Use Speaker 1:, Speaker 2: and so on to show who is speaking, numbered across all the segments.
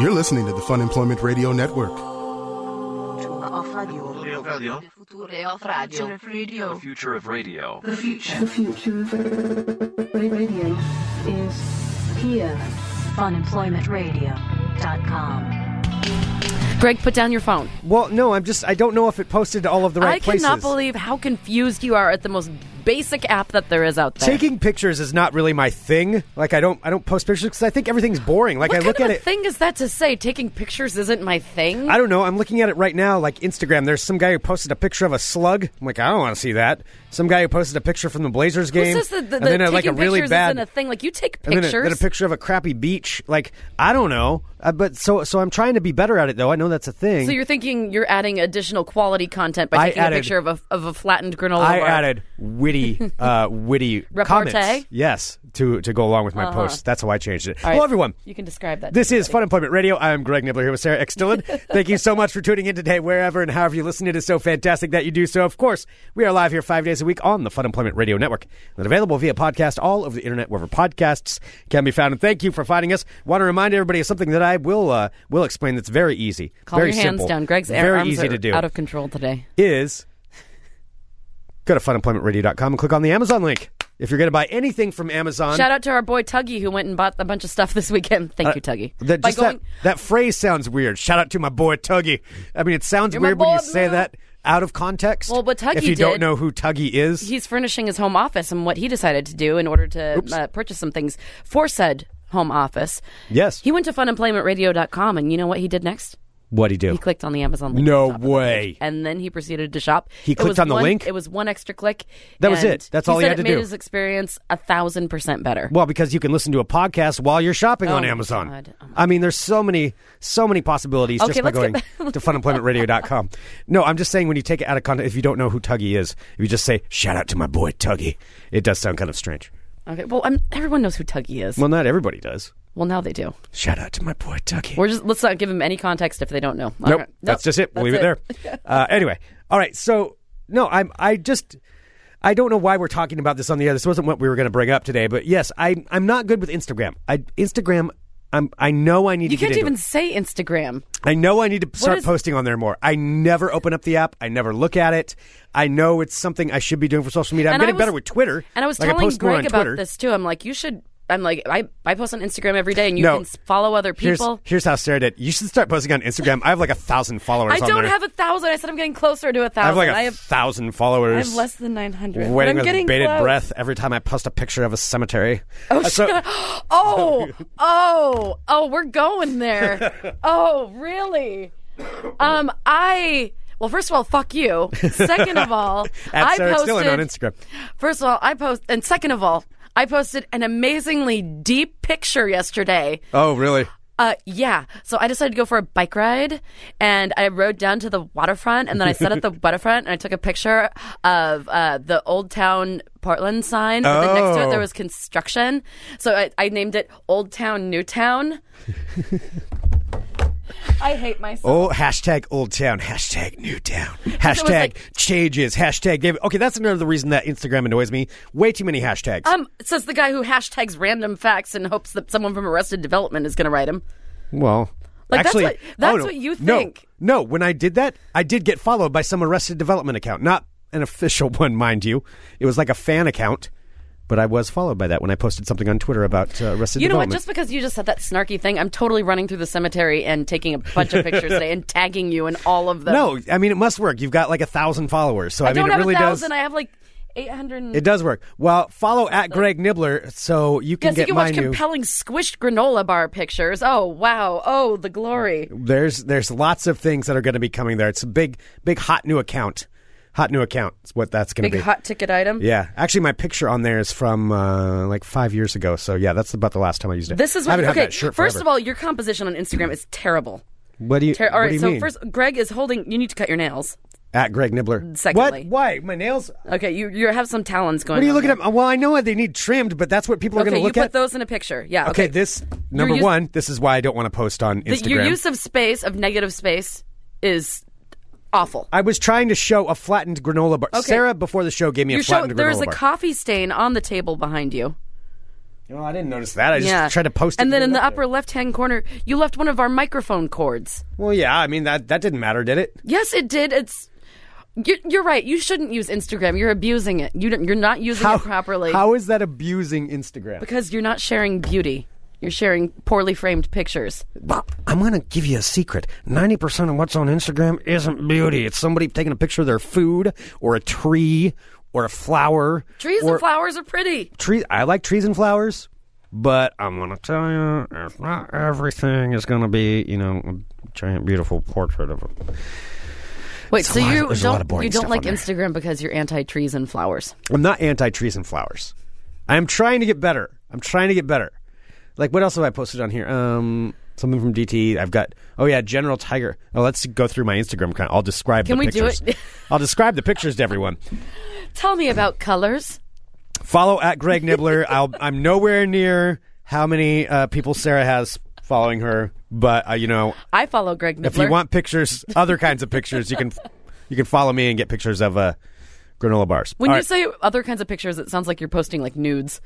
Speaker 1: You're listening to the Fun Employment Radio Network.
Speaker 2: Future of Radio.
Speaker 3: Future
Speaker 2: Future of
Speaker 3: of Radio.
Speaker 2: Radio.
Speaker 3: The future of radio.
Speaker 4: The future of radio is here.
Speaker 5: funemploymentradio.com.
Speaker 6: Greg, put down your phone.
Speaker 7: Well, no, I'm just I don't know if it posted to all of the right
Speaker 6: I
Speaker 7: places.
Speaker 6: cannot believe how confused you are at the most basic app that there is out there.
Speaker 7: Taking pictures is not really my thing. Like I don't I don't post pictures because I think everything's boring. Like
Speaker 6: what
Speaker 7: I look
Speaker 6: kind
Speaker 7: at
Speaker 6: of
Speaker 7: it.
Speaker 6: thing is that to say? Taking pictures isn't my thing.
Speaker 7: I don't know. I'm looking at it right now, like Instagram. There's some guy who posted a picture of a slug. I'm like, I don't want to see that. Some guy who posted a picture from the Blazers
Speaker 6: Who
Speaker 7: game,
Speaker 6: says that the,
Speaker 7: and
Speaker 6: the
Speaker 7: then a, like a
Speaker 6: taking
Speaker 7: really
Speaker 6: pictures
Speaker 7: bad,
Speaker 6: isn't a thing? Like you take
Speaker 7: and then a,
Speaker 6: pictures.
Speaker 7: then a picture of a crappy beach. Like I don't know, uh, but so so I'm trying to be better at it though. I know that's a thing.
Speaker 6: so you're thinking you're adding additional quality content by
Speaker 7: I
Speaker 6: taking
Speaker 7: added-
Speaker 6: a picture of a, of a flattened granola
Speaker 7: I
Speaker 6: bar.
Speaker 7: added witty, uh, witty comments.
Speaker 6: Repartee? Uh-huh.
Speaker 7: Yes, to to go along with my post. That's how I changed it.
Speaker 6: All right.
Speaker 7: Well, everyone,
Speaker 6: You can describe that.
Speaker 7: This is Fun Employment Radio. I'm Greg Nibbler here with Sarah X. Dillon. Thank you so much for tuning in today, wherever and however you listen. It is so fantastic that you do so. Of course, we are live here five days a week on the Fun Employment Radio Network and available via podcast all over the internet, wherever podcasts can be found. And thank you for finding us. Want to remind everybody of something that I will uh, will explain that's very easy.
Speaker 6: Calm
Speaker 7: very
Speaker 6: your hands
Speaker 7: simple,
Speaker 6: down. Greg's
Speaker 7: very
Speaker 6: arms
Speaker 7: easy
Speaker 6: are
Speaker 7: to do.
Speaker 6: out of control today.
Speaker 7: is go to funemploymentradio.com and click on the Amazon link. If you're going to buy anything from Amazon, uh,
Speaker 6: Shout out to our boy Tuggy who went and bought a bunch of stuff this weekend. Thank you, Tuggy.
Speaker 7: That,
Speaker 6: By
Speaker 7: just
Speaker 6: going,
Speaker 7: that, that phrase sounds weird. Shout out to my boy Tuggy. I mean, it sounds
Speaker 6: You're my
Speaker 7: weird when you
Speaker 6: boy,
Speaker 7: say
Speaker 6: man.
Speaker 7: that out of context.
Speaker 6: Well, what Tuggy
Speaker 7: if you don't
Speaker 6: did-
Speaker 7: know who Tuggy is,
Speaker 6: he's furnishing his home office and what he decided to do in order to uh, purchase some things for said home office.
Speaker 7: Yes.
Speaker 6: He went to funemploymentradio.com and you know what he did next?
Speaker 7: what'd he do?
Speaker 6: He clicked on the Amazon link.
Speaker 7: no
Speaker 6: at the top of the
Speaker 7: way.
Speaker 6: page, And then he proceeded to shop.
Speaker 7: He
Speaker 6: It
Speaker 7: clicked
Speaker 6: was
Speaker 7: on the
Speaker 6: one-
Speaker 7: link?
Speaker 6: It was one extra click.
Speaker 7: That was
Speaker 6: and
Speaker 7: it. That's all he
Speaker 6: said
Speaker 7: had
Speaker 6: it
Speaker 7: to do.
Speaker 6: made his experience a thousand percent better.
Speaker 7: Well, because you can listen to a podcast while you're shopping on
Speaker 6: Oh, my
Speaker 7: Amazon.
Speaker 6: God. Oh, my
Speaker 7: I mean, there's so many, so many possibilities
Speaker 6: Okay,
Speaker 7: just by
Speaker 6: let's
Speaker 7: going
Speaker 6: get
Speaker 7: to funemploymentradio.com. No, I'm just saying when you take it out of context, if you don't know who Tuggy is, if you just say "shout out to my boy Tuggy," it does sound kind of strange.
Speaker 6: Okay. Well, I'm, everyone knows who Tuggy is.
Speaker 7: Well, not everybody does.
Speaker 6: Well, now they do.
Speaker 7: Shout out to my boy Tuggy.
Speaker 6: We're just let's not give him any context if they don't know. All
Speaker 7: Nope,
Speaker 6: right.
Speaker 7: that's
Speaker 6: Nope.
Speaker 7: just it. We'll
Speaker 6: That's
Speaker 7: leave it, there. uh, anyway, all right. So no, I'm. I just. I don't know why we're talking about this on the air. This wasn't what we were going to bring up today, but yes, I I'm not good with Instagram. I Instagram. I'm. I know I need
Speaker 6: You
Speaker 7: to get
Speaker 6: can't
Speaker 7: into
Speaker 6: even
Speaker 7: it.
Speaker 6: say Instagram.
Speaker 7: I know I need to start
Speaker 6: is-
Speaker 7: posting on there more. I never open up the app. I never look at it. I know it's something I should be doing for social media. I'm
Speaker 6: And I
Speaker 7: getting
Speaker 6: was-
Speaker 7: better with Twitter.
Speaker 6: And I was
Speaker 7: like
Speaker 6: telling
Speaker 7: I post more
Speaker 6: Greg
Speaker 7: on
Speaker 6: about
Speaker 7: Twitter.
Speaker 6: this too. I'm like, you should. I'm like, I, I post on Instagram every day, and you
Speaker 7: No.
Speaker 6: can s- follow other
Speaker 7: Here's,
Speaker 6: people.
Speaker 7: here's how Sarah did. You should start posting on Instagram. I have like a thousand followers.
Speaker 6: I
Speaker 7: on
Speaker 6: don't
Speaker 7: there.
Speaker 6: have a thousand. I said I'm getting closer to a
Speaker 7: I have
Speaker 6: thousand.
Speaker 7: like a
Speaker 6: I have,
Speaker 7: thousand
Speaker 6: I
Speaker 7: followers.
Speaker 6: have less than 900. but
Speaker 7: waiting
Speaker 6: I'm
Speaker 7: with
Speaker 6: getting
Speaker 7: bated
Speaker 6: close.
Speaker 7: breath every time I post a picture of a cemetery.
Speaker 6: Oh,
Speaker 7: Uh, so-
Speaker 6: shit. oh, oh, oh, we're going there. Oh, really? Um, I. Well, first of all, fuck you. Second of all,
Speaker 7: At
Speaker 6: I
Speaker 7: Sarah
Speaker 6: posted
Speaker 7: Stillin on Instagram.
Speaker 6: First of all, I post, and second of all, I posted an amazingly deep picture yesterday.
Speaker 7: Oh, really?
Speaker 6: Uh, yeah. So I decided to go for a bike ride, and I rode down to the waterfront, and then I sat at the waterfront and I took a picture of uh, the Old Town Portland sign. But then next to
Speaker 7: Oh.
Speaker 6: it there was construction, so I, I named it Old Town New Town. I hate myself.
Speaker 7: Oh, hashtag old town, hashtag new town, hashtag
Speaker 6: like-
Speaker 7: changes, hashtag David. Okay, that's another reason that Instagram annoys me. Way too many hashtags.
Speaker 6: Um, says the guy who hashtags random facts and hopes that someone from Arrested Development is going to write him.
Speaker 7: well,
Speaker 6: like, that's
Speaker 7: actually,
Speaker 6: what- that's
Speaker 7: oh, no,
Speaker 6: what you
Speaker 7: no,
Speaker 6: think.
Speaker 7: No, when I did that, I did get followed by some Arrested Development account, not an official one, mind you. It was like a fan account, but I was followed by that when I posted something on Twitter about uh, Arrested
Speaker 6: You know what?
Speaker 7: Development.
Speaker 6: Just because you just said that snarky thing, I'm totally running through the cemetery and taking a bunch of pictures today and tagging you in all of them.
Speaker 7: No, I mean it must work. You've got like a thousand followers, so I,
Speaker 6: uh, I,
Speaker 7: mean
Speaker 6: don't
Speaker 7: it
Speaker 6: have
Speaker 7: really
Speaker 6: a thousand.
Speaker 7: does.
Speaker 6: I have like 800.
Speaker 7: it does work. Well, follow at Greg Nibbler so you can
Speaker 6: Yes, you
Speaker 7: get
Speaker 6: can
Speaker 7: my
Speaker 6: watch
Speaker 7: new.
Speaker 6: compelling squished granola bar pictures. Oh wow! Oh, the glory!
Speaker 7: There's there's lots of things that are going to be coming there. It's a big big hot new account. Hot new account is what that's going
Speaker 6: Big
Speaker 7: to be.
Speaker 6: hot ticket item.
Speaker 7: yeah, actually, my picture on there is from uh, like five years ago. So yeah, that's about the last time I used it.
Speaker 6: This is
Speaker 7: I
Speaker 6: what.
Speaker 7: haven't
Speaker 6: Okay,
Speaker 7: had that shirt
Speaker 6: first
Speaker 7: forever.
Speaker 6: of all, your composition on Instagram is terrible.
Speaker 7: what do you?
Speaker 6: Ter- all
Speaker 7: what
Speaker 6: right,
Speaker 7: do you
Speaker 6: so
Speaker 7: mean?
Speaker 6: first, Greg is holding. You need to cut your nails.
Speaker 7: at Greg Nibbler.
Speaker 6: Secondly.
Speaker 7: what? Why my nails?
Speaker 6: Okay, you you have some talons going.
Speaker 7: What are you
Speaker 6: on
Speaker 7: looking
Speaker 6: there.
Speaker 7: at? Uh, Well, I know they need trimmed, but that's what people are
Speaker 6: Okay,
Speaker 7: going to look
Speaker 6: you put
Speaker 7: at.
Speaker 6: those in a picture. Yeah.
Speaker 7: okay,
Speaker 6: Okay,
Speaker 7: this number
Speaker 6: use-
Speaker 7: one. This is why I don't want to post on
Speaker 6: The-
Speaker 7: Instagram.
Speaker 6: your use of space of negative space is awful.
Speaker 7: I was trying to show a flattened granola bar. Sarah before the show gave me
Speaker 6: Your
Speaker 7: a
Speaker 6: show,
Speaker 7: flattened
Speaker 6: there's
Speaker 7: granola
Speaker 6: a
Speaker 7: bar.
Speaker 6: coffee stain on the table behind you.
Speaker 7: Well, I didn't notice that. I just
Speaker 6: yeah.
Speaker 7: tried to post it.
Speaker 6: And then
Speaker 7: to
Speaker 6: in
Speaker 7: get
Speaker 6: the
Speaker 7: it up
Speaker 6: upper left hand corner, you left one of our microphone cords.
Speaker 7: there. Well, yeah. I mean that that didn't matter, did it?
Speaker 6: Yes, it did. It's you're, you're right. You shouldn't use Instagram. You're abusing it. You don't, you're not using it properly
Speaker 7: How is that abusing Instagram?
Speaker 6: because you're not sharing beauty. You're sharing poorly framed pictures.
Speaker 7: Well, I'm going to give you a secret. 90% of what's on Instagram isn't beauty. It's somebody taking a picture of their food or a tree or a flower.
Speaker 6: Trees
Speaker 7: or
Speaker 6: and flowers are pretty.
Speaker 7: Tree, I like trees and flowers, but I'm going to tell you, it's not everything is going to be, you know, a giant, beautiful portrait of it.
Speaker 6: Wait, so
Speaker 7: lot-
Speaker 6: you
Speaker 7: there's a lot
Speaker 6: don't
Speaker 7: of boring
Speaker 6: you don't
Speaker 7: stuff
Speaker 6: like
Speaker 7: on there.
Speaker 6: Instagram because you're anti trees and flowers?
Speaker 7: I'm not anti trees and flowers. I'm trying to get better. I'm trying to get better. Like, what else have I posted on here? Um, something from DT. I've got. Oh yeah, General Tiger. Oh, let's go through my Instagram account. I'll describe.
Speaker 6: Can
Speaker 7: the
Speaker 6: we do
Speaker 7: pictures.
Speaker 6: it?
Speaker 7: I'll describe the pictures to everyone.
Speaker 6: Tell me about colors.
Speaker 7: Follow at Greg Nibbler. I'll, I'm nowhere near how many uh, people Sarah has following her, but uh, you know,
Speaker 6: I follow Greg Nibbler.
Speaker 7: if you want pictures, other kinds of pictures, you can you can follow me and get pictures of uh, granola bars.
Speaker 6: when
Speaker 7: All
Speaker 6: you
Speaker 7: right.
Speaker 6: say other kinds of pictures, it sounds like you're posting like nudes.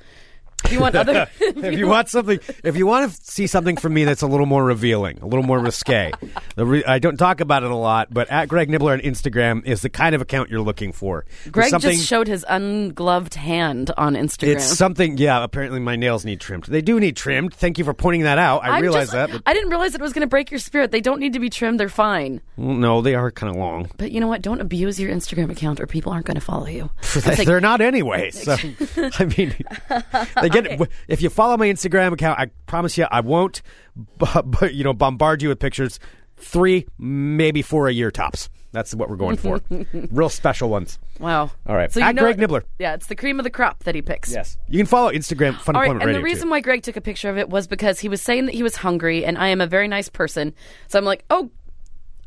Speaker 6: If you want other,
Speaker 7: if you want something, if you want to see something from me that's a little more revealing, a little more risque, the re- I don't talk about it a lot, but at Greg Nibbler on Instagram is the kind of account you're looking for. There's
Speaker 6: Greg
Speaker 7: something,
Speaker 6: just showed his ungloved hand on Instagram.
Speaker 7: It's something, yeah. Apparently, my nails need trimmed. They do need trimmed. Thank you for pointing that out. I
Speaker 6: I'm just-
Speaker 7: realize that. But,
Speaker 6: I didn't realize it was going to break your spirit. They don't need to be trimmed. They're fine.
Speaker 7: Well, no, they are kind of long.
Speaker 6: But you know what? Don't abuse your Instagram account or people aren't going to follow you. It's like-
Speaker 7: They're not anyway. So, I mean, they get if you follow my Instagram account, I promise you, I won't, but, but you know, bombard you with pictures. Three, maybe four a year tops. That's what we're going for. Real special ones.
Speaker 6: wow.
Speaker 7: All right.
Speaker 6: you
Speaker 7: At
Speaker 6: know-
Speaker 7: Greg Nibbler.
Speaker 6: Yeah, it's the cream of the crop that he picks.
Speaker 7: you can follow Instagram Fun
Speaker 6: All right,
Speaker 7: Employment
Speaker 6: and the
Speaker 7: Radio.
Speaker 6: reason
Speaker 7: too.
Speaker 6: why Greg took a picture of it was because he was saying that he was hungry, and I am a very nice person. So I'm like, oh,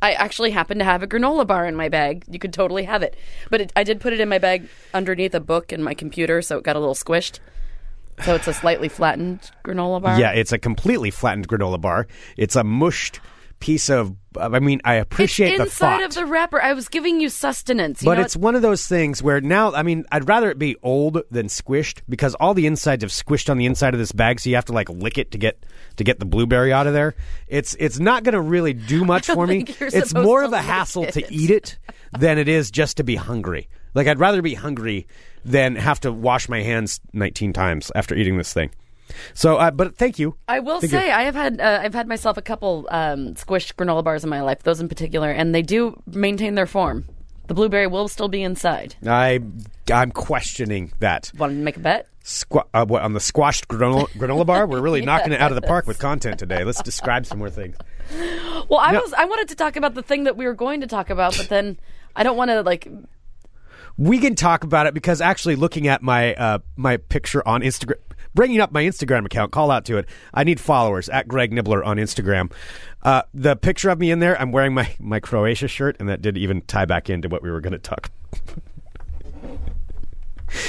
Speaker 6: I actually happen to have a granola bar in my bag. You could totally have it. But it, I did put it in my bag underneath a book and my computer, so it got a little squished. So it's a slightly flattened granola bar.
Speaker 7: yeah, it's a completely flattened granola bar. It's a mushed piece of. I mean, I
Speaker 6: It's
Speaker 7: appreciate the
Speaker 6: inside
Speaker 7: thought.
Speaker 6: of the wrapper. I was giving you sustenance. You
Speaker 7: But
Speaker 6: know,
Speaker 7: it's one of those things where now, I mean, I'd rather it be old than squished because all the insides have squished on the inside of this bag, so you have to like lick it to get to get the blueberry out of there. It's it's not going to really do much
Speaker 6: don't
Speaker 7: for me.
Speaker 6: think you're
Speaker 7: It's
Speaker 6: supposed
Speaker 7: more
Speaker 6: to
Speaker 7: of a
Speaker 6: lick
Speaker 7: hassle to
Speaker 6: it.
Speaker 7: eat it than it is just to be hungry. Like I'd rather be hungry than have to wash my hands 19 times after eating this thing. So, uh, but thank you.
Speaker 6: I will
Speaker 7: Thank you.
Speaker 6: say I have had uh, I've had myself a couple um, squished granola bars in my life, those in particular, and they do maintain their form. The blueberry will still be inside.
Speaker 7: I I'm questioning that.
Speaker 6: Want to make a bet?
Speaker 7: squa- uh, what, on the squashed granola, granola bar. We're really knocking it out of the park with content today. Let's describe some more things.
Speaker 6: Well, I
Speaker 7: No.
Speaker 6: was I wanted to talk about the thing that we were going to talk about, but then I don't want to like.
Speaker 7: We can talk about it because actually, looking at my uh, my picture on Instagram, bringing up my Instagram account, call out to it. I need followers at Greg Nibbler on Instagram. Uh, the picture of me in there, I'm wearing my my Croatia shirt, and that did even tie back into what we were going to talk.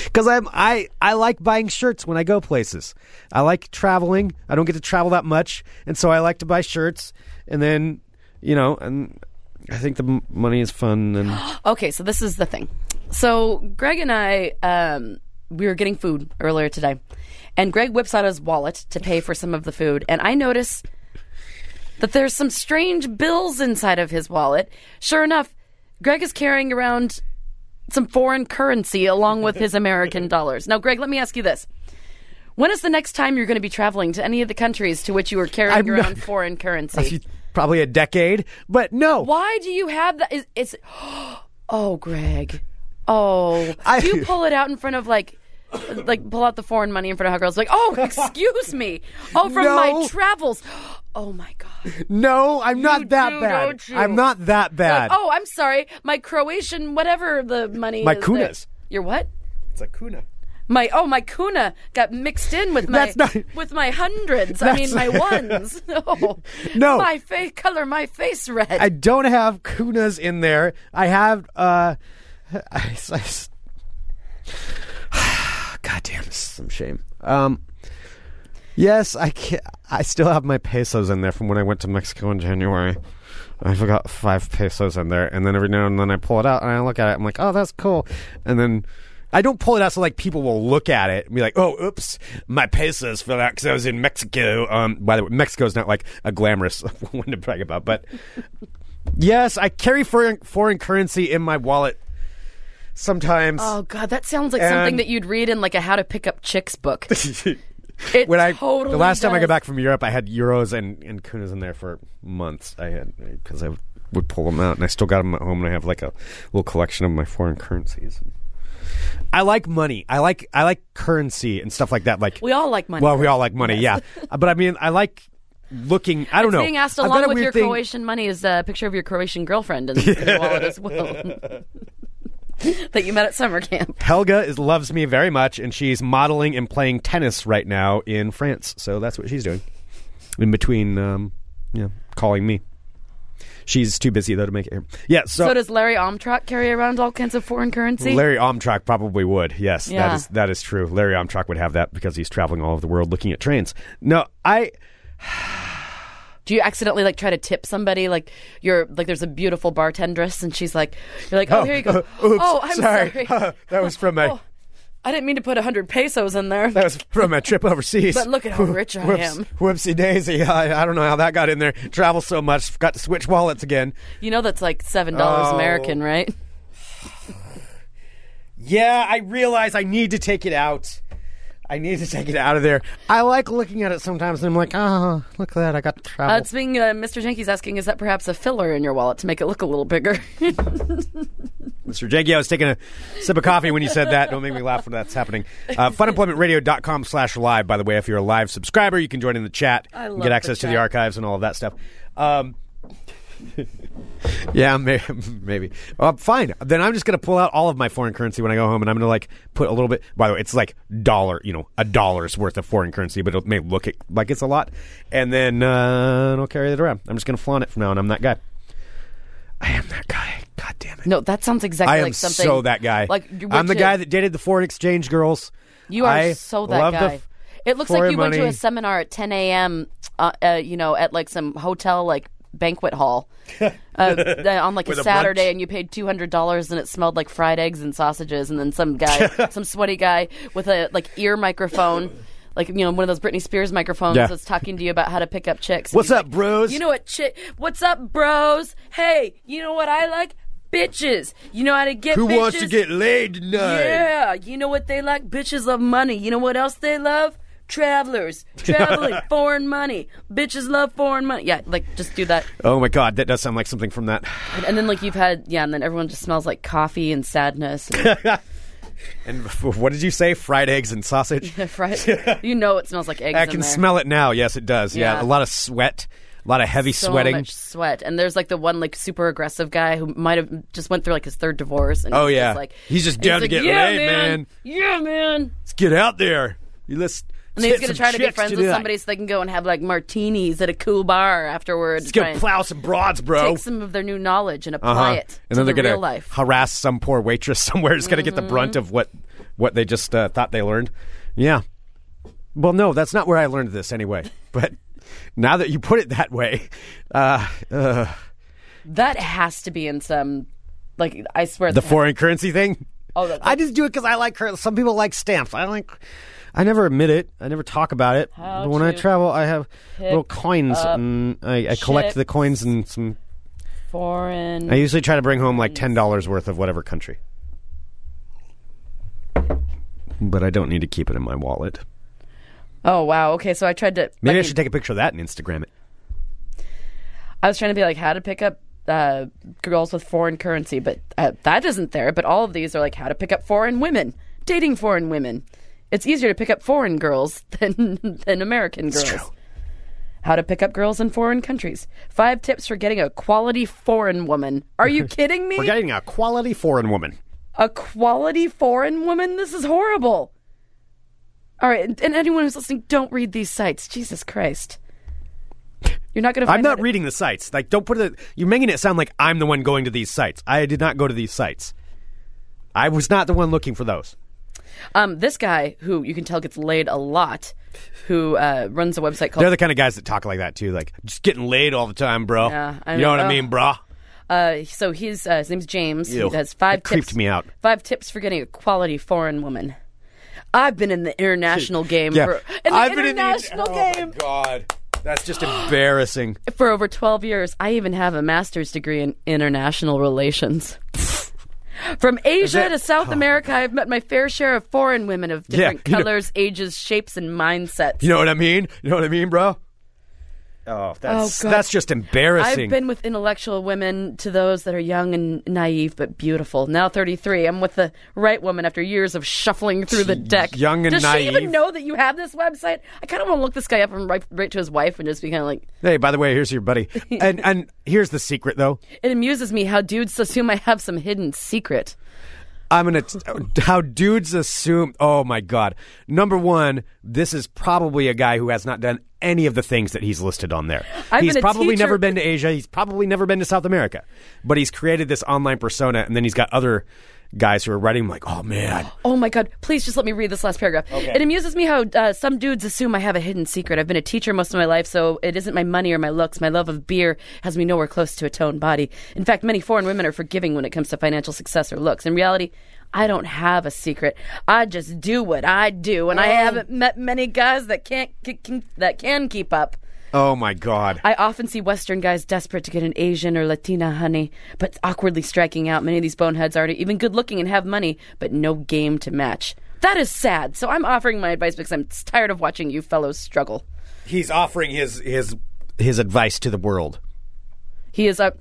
Speaker 7: Because I'm I I like buying shirts when I go places. I like traveling. I don't get to travel that much, and so I like to buy shirts. And then you know, and I think the m- money is fun. And
Speaker 6: Okay, so this is the thing. So Greg and I, um, we were getting food earlier today, and Greg whips out his wallet to pay for some of the food, and I notice that there's some strange bills inside of his wallet. Sure enough, Greg is carrying around some foreign currency along with his American dollars. Now, Greg, let me ask you this. When is the next time you're going to be traveling to any of the countries to which you are carrying
Speaker 7: I'm
Speaker 6: around
Speaker 7: not-
Speaker 6: foreign currency?
Speaker 7: probably a decade, but no.
Speaker 6: Why do you have that? Is, it's oh, Greg. Oh,
Speaker 7: I-
Speaker 6: do you pull it out in front of like, uh, like pull out the foreign money in front of hot girls? Like, oh, excuse me. Oh, from
Speaker 7: No.
Speaker 6: my travels. Oh my god.
Speaker 7: No, I'm not that
Speaker 6: do,
Speaker 7: bad.
Speaker 6: don't you?
Speaker 7: I'm not that
Speaker 6: Like,
Speaker 7: bad.
Speaker 6: oh, I'm sorry. My Croatian, whatever the money.
Speaker 7: My
Speaker 6: is
Speaker 7: kunas.
Speaker 6: there- Your what?
Speaker 7: it's a kuna.
Speaker 6: My oh, my kuna got mixed in with my
Speaker 7: That's not-
Speaker 6: with my hundreds. I mean,
Speaker 7: That's-
Speaker 6: my ones. Oh,
Speaker 7: No.
Speaker 6: my face color, my face red.
Speaker 7: I don't have kunas in there. I have uh I, I, God damn, this is some shame. Um Yes, I can I still have my pesos in there from when I went to Mexico in January. I forgot five pesos in there, and then every now and then I pull it out and I look at it. I'm like, "Oh, that's cool," and then I don't pull it out so like people will look at it and be like, "Oh, oops, my pesos fell out because I was in Mexico." Um, by the way, Mexico's not like a glamorous one to brag about, but yes, I carry foreign foreign currency in my wallet sometimes.
Speaker 6: Oh God, that sounds like something
Speaker 7: And-
Speaker 6: that you'd read in like a How to Pick Up Chicks book. It
Speaker 7: when I
Speaker 6: totally
Speaker 7: the last time I
Speaker 6: does.
Speaker 7: got back from Europe, I had euros and and kunas in there for months. I had because I would pull them out, and I still got them at home, and I have like a little collection of my foreign currencies. I like money. I like I like currency and stuff like that. Like
Speaker 6: we all like money.
Speaker 7: well, we all like money, yeah. Uh, But I mean, I like looking. I don't know.
Speaker 6: Being asked
Speaker 7: I've got
Speaker 6: along
Speaker 7: a
Speaker 6: with
Speaker 7: weird
Speaker 6: your
Speaker 7: thing-
Speaker 6: Croatian money is a picture of your Croatian girlfriend in, in your wallet as well. that you met at summer camp.
Speaker 7: Helga is, loves me very much, and she's modeling and playing tennis right now in France. So that's what she's doing. In between, um, yeah, calling me. She's too busy though to make it here. Yeah. So,
Speaker 6: So does Larry Omtrot carry around all kinds of foreign currency?
Speaker 7: Larry Omtrach probably would. Yes, that
Speaker 6: Yeah.
Speaker 7: is that is true. Larry Omtrach would have that because he's traveling all over the world looking at trains. No, I.
Speaker 6: Do you accidentally like try to tip somebody like you're like there's a beautiful bartendress and she's like you're like oh, here you go
Speaker 7: uh, oops,
Speaker 6: oh I'm sorry,
Speaker 7: that was from my
Speaker 6: Oh, I didn't mean to put hundred pesos in there
Speaker 7: That was from a trip overseas.
Speaker 6: But look at how rich I
Speaker 7: Whoops-
Speaker 6: am.
Speaker 7: Whoopsie daisy. I, I don't know how that got in there. Travel so much, got to switch wallets again.
Speaker 6: you know that's like seven dollars
Speaker 7: Oh.
Speaker 6: American right
Speaker 7: Yeah, I realize I need to take it out. I need to take it out of there. I like looking at it sometimes, and I'm like, oh, look at that. I got to travel.
Speaker 6: uh, it's being uh, Mr Jenke's asking is that perhaps a filler in your wallet to make it look a little bigger
Speaker 7: Mr. Janky, I was taking a sip of coffee when you said that. Don't make me laugh when that's happening. Uh, funemploymentradio.com slash live, by the way. If you're a live subscriber, you can join in the chat
Speaker 6: I
Speaker 7: and
Speaker 6: love
Speaker 7: get
Speaker 6: the
Speaker 7: access to the
Speaker 6: chat.
Speaker 7: archives and all of that stuff. Um, yeah, maybe. maybe. Uh, fine. Then I'm just going to pull out all of my foreign currency when I go home and I'm going to like put a little bit. By the way, it's like dollar, you know, a dollar's worth of foreign currency, but it may look it- like it's a lot. And then uh, I'll carry it around. I'm just going to flaunt it from now on. I'm that guy. I am that guy. God damn it.
Speaker 6: no that sounds exactly
Speaker 7: I am
Speaker 6: like something
Speaker 7: so that guy.
Speaker 6: like
Speaker 7: I'm the
Speaker 6: which
Speaker 7: guy
Speaker 6: is-
Speaker 7: that dated the foreign exchange girls.
Speaker 6: You are
Speaker 7: I
Speaker 6: so that
Speaker 7: love the
Speaker 6: guy.
Speaker 7: f-
Speaker 6: it looks like
Speaker 7: foreign
Speaker 6: you went to
Speaker 7: money.
Speaker 6: a seminar at 10 a.m. Uh, uh, you know, at like some hotel, like banquet hall, uh, th- on like a
Speaker 7: With a
Speaker 6: Saturday,
Speaker 7: brunch.
Speaker 6: and you paid two hundred dollars, and it smelled like fried eggs and sausages, and then some guy, some sweaty guy with a like ear microphone. Like you know, one of those Britney Spears microphones
Speaker 7: Yeah.
Speaker 6: that's talking to you about how to pick up chicks. and
Speaker 7: What's
Speaker 6: he's
Speaker 7: up,
Speaker 6: like,
Speaker 7: bros?
Speaker 6: You know what, chick? What's up, bros? Hey, you know what I like? Bitches. You know how to get.
Speaker 7: Who wants to
Speaker 6: bitches?
Speaker 7: get laid tonight?
Speaker 6: Yeah, you know what they like? Bitches love money. You know what else they love? Travelers, traveling, foreign money. Bitches love foreign money. Yeah, like just do that,
Speaker 7: Oh my god, that does sound like something from that.
Speaker 6: and, and then like you've had yeah, and then everyone just smells like coffee and sadness. And
Speaker 7: And what did you say? Fried eggs and sausage.
Speaker 6: fried, you know it smells like eggs.
Speaker 7: I
Speaker 6: in
Speaker 7: can
Speaker 6: there.
Speaker 7: smell it now. Yes, it does. Yeah.
Speaker 6: Yeah.
Speaker 7: a lot of sweat, a lot of heavy
Speaker 6: so
Speaker 7: sweating.
Speaker 6: much sweat, and there's like the one like super aggressive guy who might have just went through like his third divorce. And
Speaker 7: Oh,
Speaker 6: he's
Speaker 7: yeah.
Speaker 6: just, like
Speaker 7: He's just down to get
Speaker 6: yeah,
Speaker 7: laid, man."
Speaker 6: Yeah, man.
Speaker 7: Let's get out there. You let's.
Speaker 6: And he's gonna try to be friends with somebody so they can go and have like martinis at a cool bar afterwards.
Speaker 7: Let's go plow some broads, bro.
Speaker 6: take some of their new knowledge and apply
Speaker 7: Uh-huh.
Speaker 6: it
Speaker 7: and
Speaker 6: to
Speaker 7: then they're
Speaker 6: the
Speaker 7: gonna
Speaker 6: real life. Mm-hmm.
Speaker 7: harass some poor waitress somewhere who's gonna get the brunt of what what they just uh, thought they learned. Yeah. Well, no, that's not where I learned this anyway. But now that you put it that way, uh, uh,
Speaker 6: that has to be in some, like I swear,
Speaker 7: the
Speaker 6: that-
Speaker 7: foreign currency thing.
Speaker 6: Oh, that-
Speaker 7: I just do it because I like currency. Some people like stamps. I like. I never admit it. I never talk about it.
Speaker 6: How
Speaker 7: but when I
Speaker 6: to
Speaker 7: travel, I have little coins.
Speaker 6: up
Speaker 7: And I, I collect the
Speaker 6: chicks.
Speaker 7: coins and some.
Speaker 6: foreign.
Speaker 7: I usually try to bring home like ten dollars worth of whatever country. But I don't need to keep it in my wallet.
Speaker 6: oh wow. Okay, so I tried to.
Speaker 7: Maybe I
Speaker 6: like,
Speaker 7: should take a picture of that and Instagram it.
Speaker 6: I was trying to be like how to pick up uh, girls with foreign currency, but uh, that isn't there. But all of these are like how to pick up foreign women, dating foreign women. It's easier to pick up foreign girls than than American girls.
Speaker 7: true.
Speaker 6: How to pick up girls in foreign countries. Five tips for getting a quality foreign woman. Are you kidding me?
Speaker 7: We're getting a quality foreign woman.
Speaker 6: a quality foreign woman? This is horrible. All right, and, and anyone who's listening, don't read these sites. Jesus Christ. You're not going to find
Speaker 7: I'm not
Speaker 6: out-
Speaker 7: reading the sites. Like, don't put it. You're making it sound like I'm the one going to these sites. I did not go to these sites. I was not the one looking for those.
Speaker 6: Um, this guy, who you can tell gets laid a lot, who uh, runs a website called
Speaker 7: They're the kind of guys that talk like that too. Like, just getting laid all the time, bro.
Speaker 6: Yeah, I
Speaker 7: you know
Speaker 6: mean,
Speaker 7: what I
Speaker 6: ugh.
Speaker 7: mean, bro?
Speaker 6: Uh, so he's uh, his name's James.
Speaker 7: Ew.
Speaker 6: He has five
Speaker 7: That creeped
Speaker 6: tips-
Speaker 7: me out.
Speaker 6: Five tips for getting a quality foreign woman. I've been in the international game.
Speaker 7: Yeah.
Speaker 6: For, in the
Speaker 7: I've been in the
Speaker 6: international
Speaker 7: Oh
Speaker 6: game
Speaker 7: my god. That's just embarrassing.
Speaker 6: for over twelve years. I even have a master's degree in international relations. From Asia
Speaker 7: it? Oh.
Speaker 6: to South America, I've met my fair share of foreign women of
Speaker 7: Yeah,
Speaker 6: different
Speaker 7: you know-
Speaker 6: colors, ages, shapes, and mindsets.
Speaker 7: You know what I mean? You know what I mean, bro? Oh, that's
Speaker 6: God.
Speaker 7: that's just embarrassing.
Speaker 6: I've been with intellectual women to those that are young and naive but beautiful. Now 33, I'm with the right woman after years of shuffling through the deck.
Speaker 7: young and
Speaker 6: Does she
Speaker 7: naive.
Speaker 6: even know that you have this website? I kind of want to look this guy up and write, write to his wife and just be kind of like,
Speaker 7: Hey, by the way, here's your buddy. And and here's the secret though.
Speaker 6: it amuses me how dudes assume I have some hidden secret.
Speaker 7: I'm gonna t- how dudes assume. Oh my god! Number one, this is probably a guy who has not done any of the things that he's listed on there.
Speaker 6: I've
Speaker 7: he's
Speaker 6: been a
Speaker 7: probably
Speaker 6: teacher-
Speaker 7: never been to Asia. He's probably never been to South America, but he's created this online persona, and then he's got other guys who are writing like, "Oh man,
Speaker 6: Oh my God, please just let me read this last paragraph. It amuses me how uh, some dudes assume I have a hidden secret. I've been a teacher most of my life, so it isn't my money or my looks. My love of beer has me nowhere close to a toned body. In fact, many foreign women are forgiving when it comes to financial success or looks. In reality, I don't have a secret. I just do what I do, and I haven't met many guys that can't c- can, that can keep up.
Speaker 7: oh my god."
Speaker 6: I often see Western guys desperate to get an Asian or Latina honey, but awkwardly striking out. Many of these boneheads aren't even good looking and have money, but no game to match. That is sad. So I'm offering my advice because I'm tired of watching you fellows struggle.
Speaker 7: he's offering his his his advice to the world.
Speaker 6: He is up.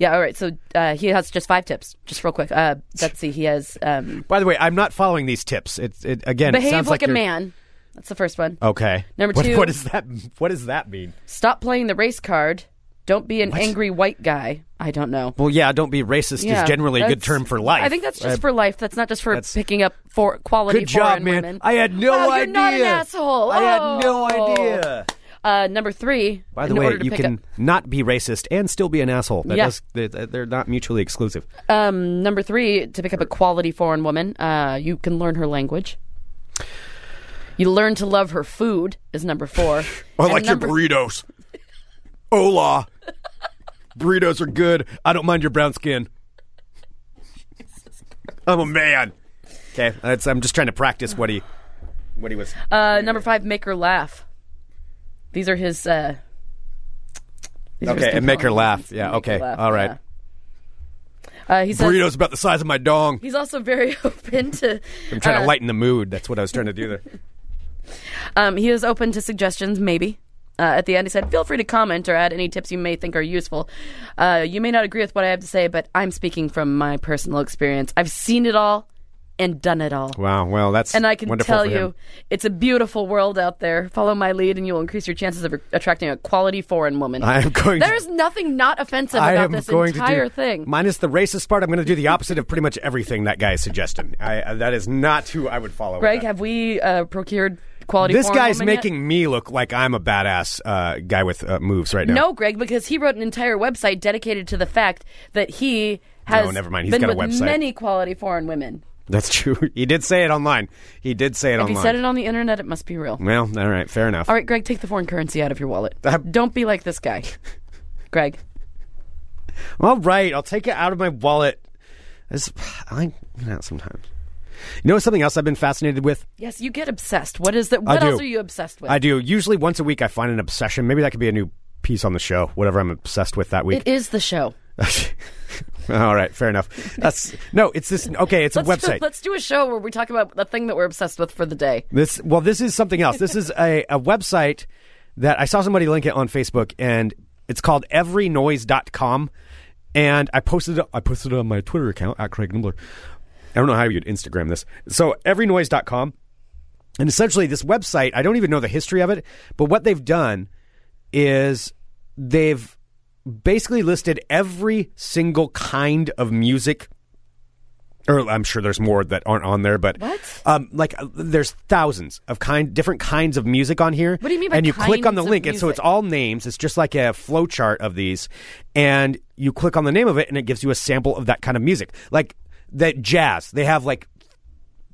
Speaker 6: Yeah, all right. So uh, he has just five tips, just real quick. Uh, let's see. He has um,
Speaker 7: By the way, I'm not following these tips. It, it again it
Speaker 6: behave
Speaker 7: sounds
Speaker 6: like,
Speaker 7: like
Speaker 6: a
Speaker 7: you're-
Speaker 6: man. That's the first one.
Speaker 7: Okay.
Speaker 6: Number
Speaker 7: What-
Speaker 6: two-
Speaker 7: what does that what does that mean?
Speaker 6: Stop playing the race card. Don't be an angry white guy. I don't know.
Speaker 7: Well, yeah, don't be racist
Speaker 6: Yeah,
Speaker 7: is generally a good
Speaker 6: that's-
Speaker 7: term for life.
Speaker 6: I think that's just
Speaker 7: Uh,
Speaker 6: for life. That's not just for
Speaker 7: that's-
Speaker 6: picking up for quality.
Speaker 7: Good job,
Speaker 6: foreign
Speaker 7: man.
Speaker 6: Women.
Speaker 7: I uh, had no
Speaker 6: Wow,
Speaker 7: idea.
Speaker 6: You're not an asshole.
Speaker 7: I
Speaker 6: Oh.
Speaker 7: had no idea.
Speaker 6: Uh, number three.
Speaker 7: By the
Speaker 6: in
Speaker 7: way,
Speaker 6: order to
Speaker 7: you
Speaker 6: pick
Speaker 7: can not be racist and still be an asshole. That
Speaker 6: Yeah.
Speaker 7: does, they- they're not mutually exclusive.
Speaker 6: up, um, number three to pick up a quality foreign woman. Uh, you can learn her language. You learn to love her food is number four. And number-
Speaker 7: burritos. Hola. burritos are good. I don't mind your brown skin. I'm a man. Okay, that's, I'm just trying to practice what he, what he was.
Speaker 6: Uh, number five, make her laugh. These are his. Uh, these are his
Speaker 7: okay, and make her
Speaker 6: components.
Speaker 7: laugh. Yeah.
Speaker 6: Make her
Speaker 7: Okay.
Speaker 6: laugh,
Speaker 7: All right.
Speaker 6: yeah. Uh, he says
Speaker 7: Burritos about the size of my dong.
Speaker 6: he's also very open to.
Speaker 7: I'm trying to
Speaker 6: uh,
Speaker 7: lighten the mood. That's what I was trying to do there.
Speaker 6: Um, he is open to suggestions, maybe. Uh, at the end, he said, "Feel free to comment or add any tips you may think are useful. Uh, you may not agree with what I have to say, but I'm speaking from my personal experience. I've seen it all and done it all,
Speaker 7: Wow. Well, that's
Speaker 6: and I can
Speaker 7: wonderful
Speaker 6: tell
Speaker 7: for
Speaker 6: you,
Speaker 7: him.
Speaker 6: it's a beautiful world out there. Follow my lead, and you will increase your chances of attracting a quality foreign woman.
Speaker 7: I am going.
Speaker 6: there is nothing not offensive
Speaker 7: I
Speaker 6: about
Speaker 7: am
Speaker 6: this
Speaker 7: going
Speaker 6: entire
Speaker 7: to do,
Speaker 6: thing.
Speaker 7: Minus the racist part, I'm going to do the opposite of pretty much everything that guy is suggesting. I, uh, that is not who I would follow. with
Speaker 6: Greg,
Speaker 7: that.
Speaker 6: have we uh, procured quality?
Speaker 7: this
Speaker 6: foreign
Speaker 7: guy's
Speaker 6: woman yet?
Speaker 7: making me look like I'm a badass uh, guy with uh, moves right now.
Speaker 6: No, Greg, because he wrote an entire website dedicated to the fact that he has
Speaker 7: No, never mind. He's
Speaker 6: been
Speaker 7: got a
Speaker 6: with
Speaker 7: website.
Speaker 6: many quality foreign women.
Speaker 7: that's true. He did say it online. He did say it
Speaker 6: If
Speaker 7: online.
Speaker 6: he said it on the internet, it must be real.
Speaker 7: well, all right, fair enough.
Speaker 6: All right, Greg, take the foreign currency out of your wallet.
Speaker 7: Uh,
Speaker 6: Don't be like this guy, Greg.
Speaker 7: All right, I'll take it out of my wallet. This, I not sometimes. You know something else I've been fascinated with?
Speaker 6: Yes, you get obsessed. What is that? What
Speaker 7: do.
Speaker 6: else are you obsessed with?
Speaker 7: I do. Usually once a week, I find an obsession. Maybe that could be a new piece on the show. Whatever I'm obsessed with that
Speaker 6: It
Speaker 7: week.
Speaker 6: is the show.
Speaker 7: All right, fair enough. That's no. It's this. Okay, it's a
Speaker 6: Let's do-
Speaker 7: website.
Speaker 6: let's do a show where we talk about the thing that we're obsessed with for the day.
Speaker 7: This well, this is something else. This is a, a website that I saw somebody link it on Facebook, and it's called everynoise.com. And I posted it, I posted it on my Twitter account at Craig Nimbler. I don't know how you'd Instagram this. So everynoise.com. And essentially this website, I don't even know the history of it, but what they've done is they've basically listed every single kind of music or I'm sure there's more that aren't on there, but
Speaker 6: What?
Speaker 7: Um, like uh, there's thousands of kind different kinds of music on here.
Speaker 6: What do you mean by
Speaker 7: And you click
Speaker 6: kinds
Speaker 7: on the
Speaker 6: of
Speaker 7: link, and so it's
Speaker 6: music?
Speaker 7: all names. It's just like a flow chart of these, and you click on the name of it, and it gives you a sample of that kind of music, like that jazz. They have like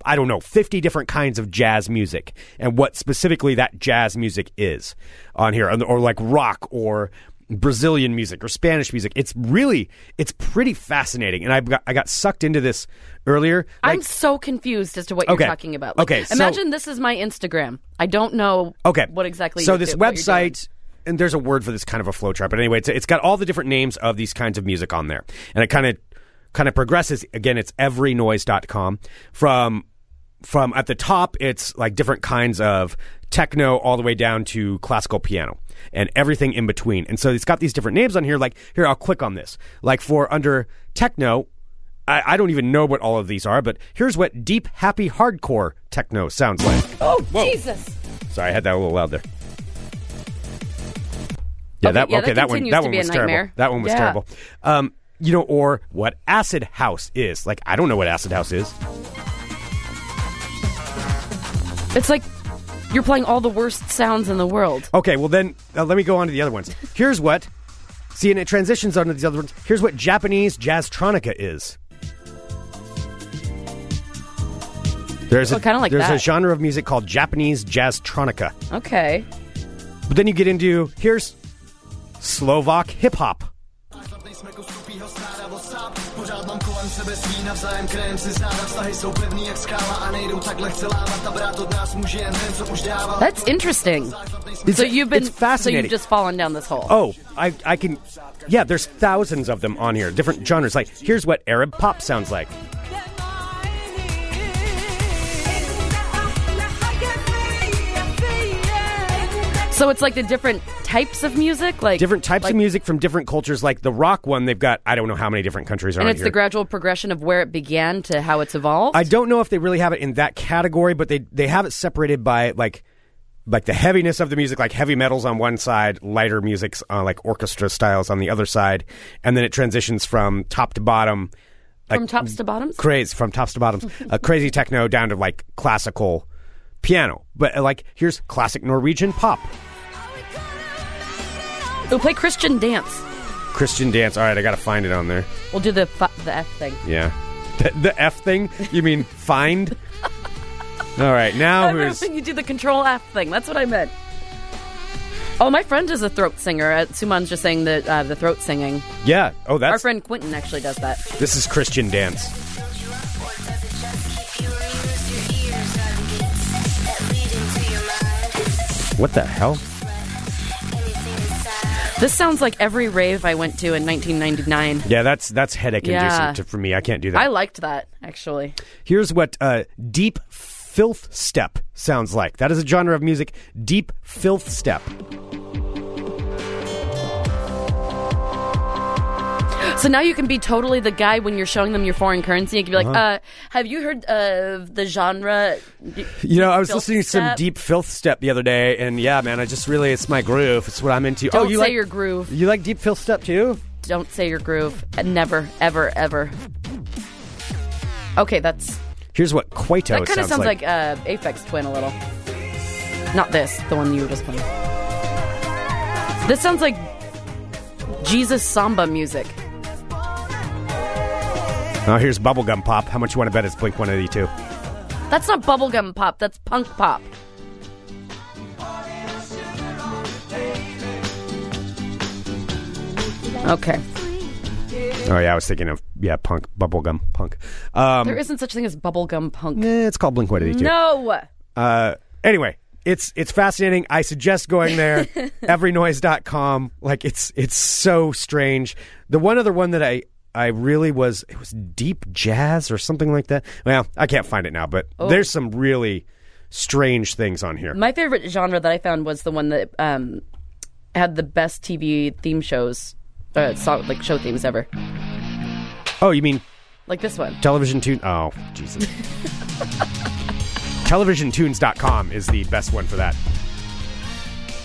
Speaker 7: I don't know, 50 different kinds of jazz music and what specifically that jazz music is on here, and- or like rock or Brazilian music or Spanish music. It's really it's pretty fascinating, and I got I got sucked into this earlier.
Speaker 6: I'm so confused as to what
Speaker 7: Okay.
Speaker 6: you're talking about. Like,
Speaker 7: Okay, so-
Speaker 6: imagine this is my Instagram. I don't know.
Speaker 7: Okay.
Speaker 6: what exactly?
Speaker 7: So
Speaker 6: you
Speaker 7: this
Speaker 6: do- what you're doing.
Speaker 7: website. And there's a word for this kind of a flow chart, but anyway, it's, it's got all the different names of these kinds of music on there, and it kind of kind of progresses. Again, it's everynoise.com from from at the top. It's like different kinds of techno all the way down to classical piano and everything in between. And so it's got these different names on here. Like here, I'll click on this. Like for under techno, I, I don't even know what all of these are, but here's what deep, happy, hardcore techno sounds like.
Speaker 6: Oh Jesus!
Speaker 7: Sorry, I had that a little loud there. Yeah,
Speaker 6: Okay,
Speaker 7: that
Speaker 6: yeah,
Speaker 7: okay,
Speaker 6: that
Speaker 7: that, one
Speaker 6: continues
Speaker 7: that
Speaker 6: to
Speaker 7: one
Speaker 6: be a
Speaker 7: was terrible.
Speaker 6: nightmare.
Speaker 7: That one was
Speaker 6: Yeah.
Speaker 7: terrible. Um, you know, or what acid house is. Like I don't know what acid house is.
Speaker 6: It's like you're playing all the worst sounds in the world.
Speaker 7: Okay, well then uh, let me go on to the other ones. Here's what See, and it transitions onto these other ones. Here's what Japanese jazztronica is. There's
Speaker 6: Oh,
Speaker 7: a
Speaker 6: kinda like
Speaker 7: there's a
Speaker 6: that.
Speaker 7: genre of music called Japanese jazztronica.
Speaker 6: Okay.
Speaker 7: But then you get into here's Slovak hip hop.
Speaker 6: That's interesting. so you've been So
Speaker 7: it's fascinating.
Speaker 6: you've just fallen down this hole.
Speaker 7: Oh, I I can Yeah, there's thousands of them on here, different genres. Like here's what Arab pop sounds like.
Speaker 6: So it's like the different types of music, like
Speaker 7: Different types
Speaker 6: like-
Speaker 7: of music from different cultures like the rock one, they've got I don't know how many different countries are
Speaker 6: and
Speaker 7: on
Speaker 6: it's
Speaker 7: here.
Speaker 6: the gradual progression of where it began to how it's evolved.
Speaker 7: I don't know if they really have it in that category, but they they have it separated by like like the heaviness of the music, like heavy metals on one side, lighter music's uh, like orchestra styles on the other side, and then it transitions from top to bottom,
Speaker 6: from tops to bottoms.
Speaker 7: craze from tops to bottoms, uh, crazy techno down to like classical piano. But uh, like here's classic Norwegian pop,
Speaker 6: We'll play Christian dance.
Speaker 7: Christian dance. All right, I got to find it on there.
Speaker 6: We'll do the fu- the F thing.
Speaker 7: Yeah, the, the F thing. You mean find? All right, now
Speaker 6: I'm
Speaker 7: who's
Speaker 6: hoping you do the control F thing. That's what I meant. Oh, my friend is a throat singer. Uh, Suman's just saying the uh, the throat singing.
Speaker 7: yeah? Oh,
Speaker 6: Our
Speaker 7: that's
Speaker 6: friend Quentin actually does that.
Speaker 7: this is Christian dance. What the hell?
Speaker 6: This sounds like every rave I went to in 1999.
Speaker 7: Yeah, that's that's headache
Speaker 6: Yeah.
Speaker 7: inducing to, for me. I can't do that.
Speaker 6: I liked that actually.
Speaker 7: Here's what uh, deep filth step sounds like. That is a genre of music. Deep filth step.
Speaker 6: So now you can be totally the guy when you're showing them your foreign currency. You can be like, uh
Speaker 7: Uh-huh.
Speaker 6: "Have you heard of the genre?"
Speaker 7: Oh, You know, I was
Speaker 6: Filth
Speaker 7: listening to some
Speaker 6: step.
Speaker 7: deep filth step the other day, and yeah, man, I just really it's my groove. It's what I'm into.
Speaker 6: Don't
Speaker 7: oh, you
Speaker 6: say
Speaker 7: like
Speaker 6: your groove.
Speaker 7: you like deep filth step too?
Speaker 6: Don't say your groove. Never, ever, ever. Okay, that's
Speaker 7: Here's what Quato
Speaker 6: that kind of
Speaker 7: sounds,
Speaker 6: sounds
Speaker 7: like.
Speaker 6: like, uh, Aphex Twin a little. Not this, the one you were just playing. This sounds like Jesus samba music.
Speaker 7: oh, here's bubblegum pop. How much you want to bet it's Blink 182?
Speaker 6: That's not bubblegum pop. That's punk pop. Okay.
Speaker 7: Oh yeah, I was thinking of yeah, punk bubblegum punk. Um,
Speaker 6: There isn't such thing as bubblegum punk.
Speaker 7: eh, it's called Blink 182.
Speaker 6: No.
Speaker 7: Uh, anyway, it's it's fascinating. I suggest going there. Everynoise.com. Like it's it's so strange. The one other one that I I really was it was deep jazz or something like that. Well, I can't find it now, but there's some really strange things on here.
Speaker 6: My favorite genre that I found was the one that um, had the best TV theme shows, uh, song, like show themes ever.
Speaker 7: Oh, you mean
Speaker 6: Like this one.
Speaker 7: television tune? Oh, Jesus. televisiontunes.com is the best one for that.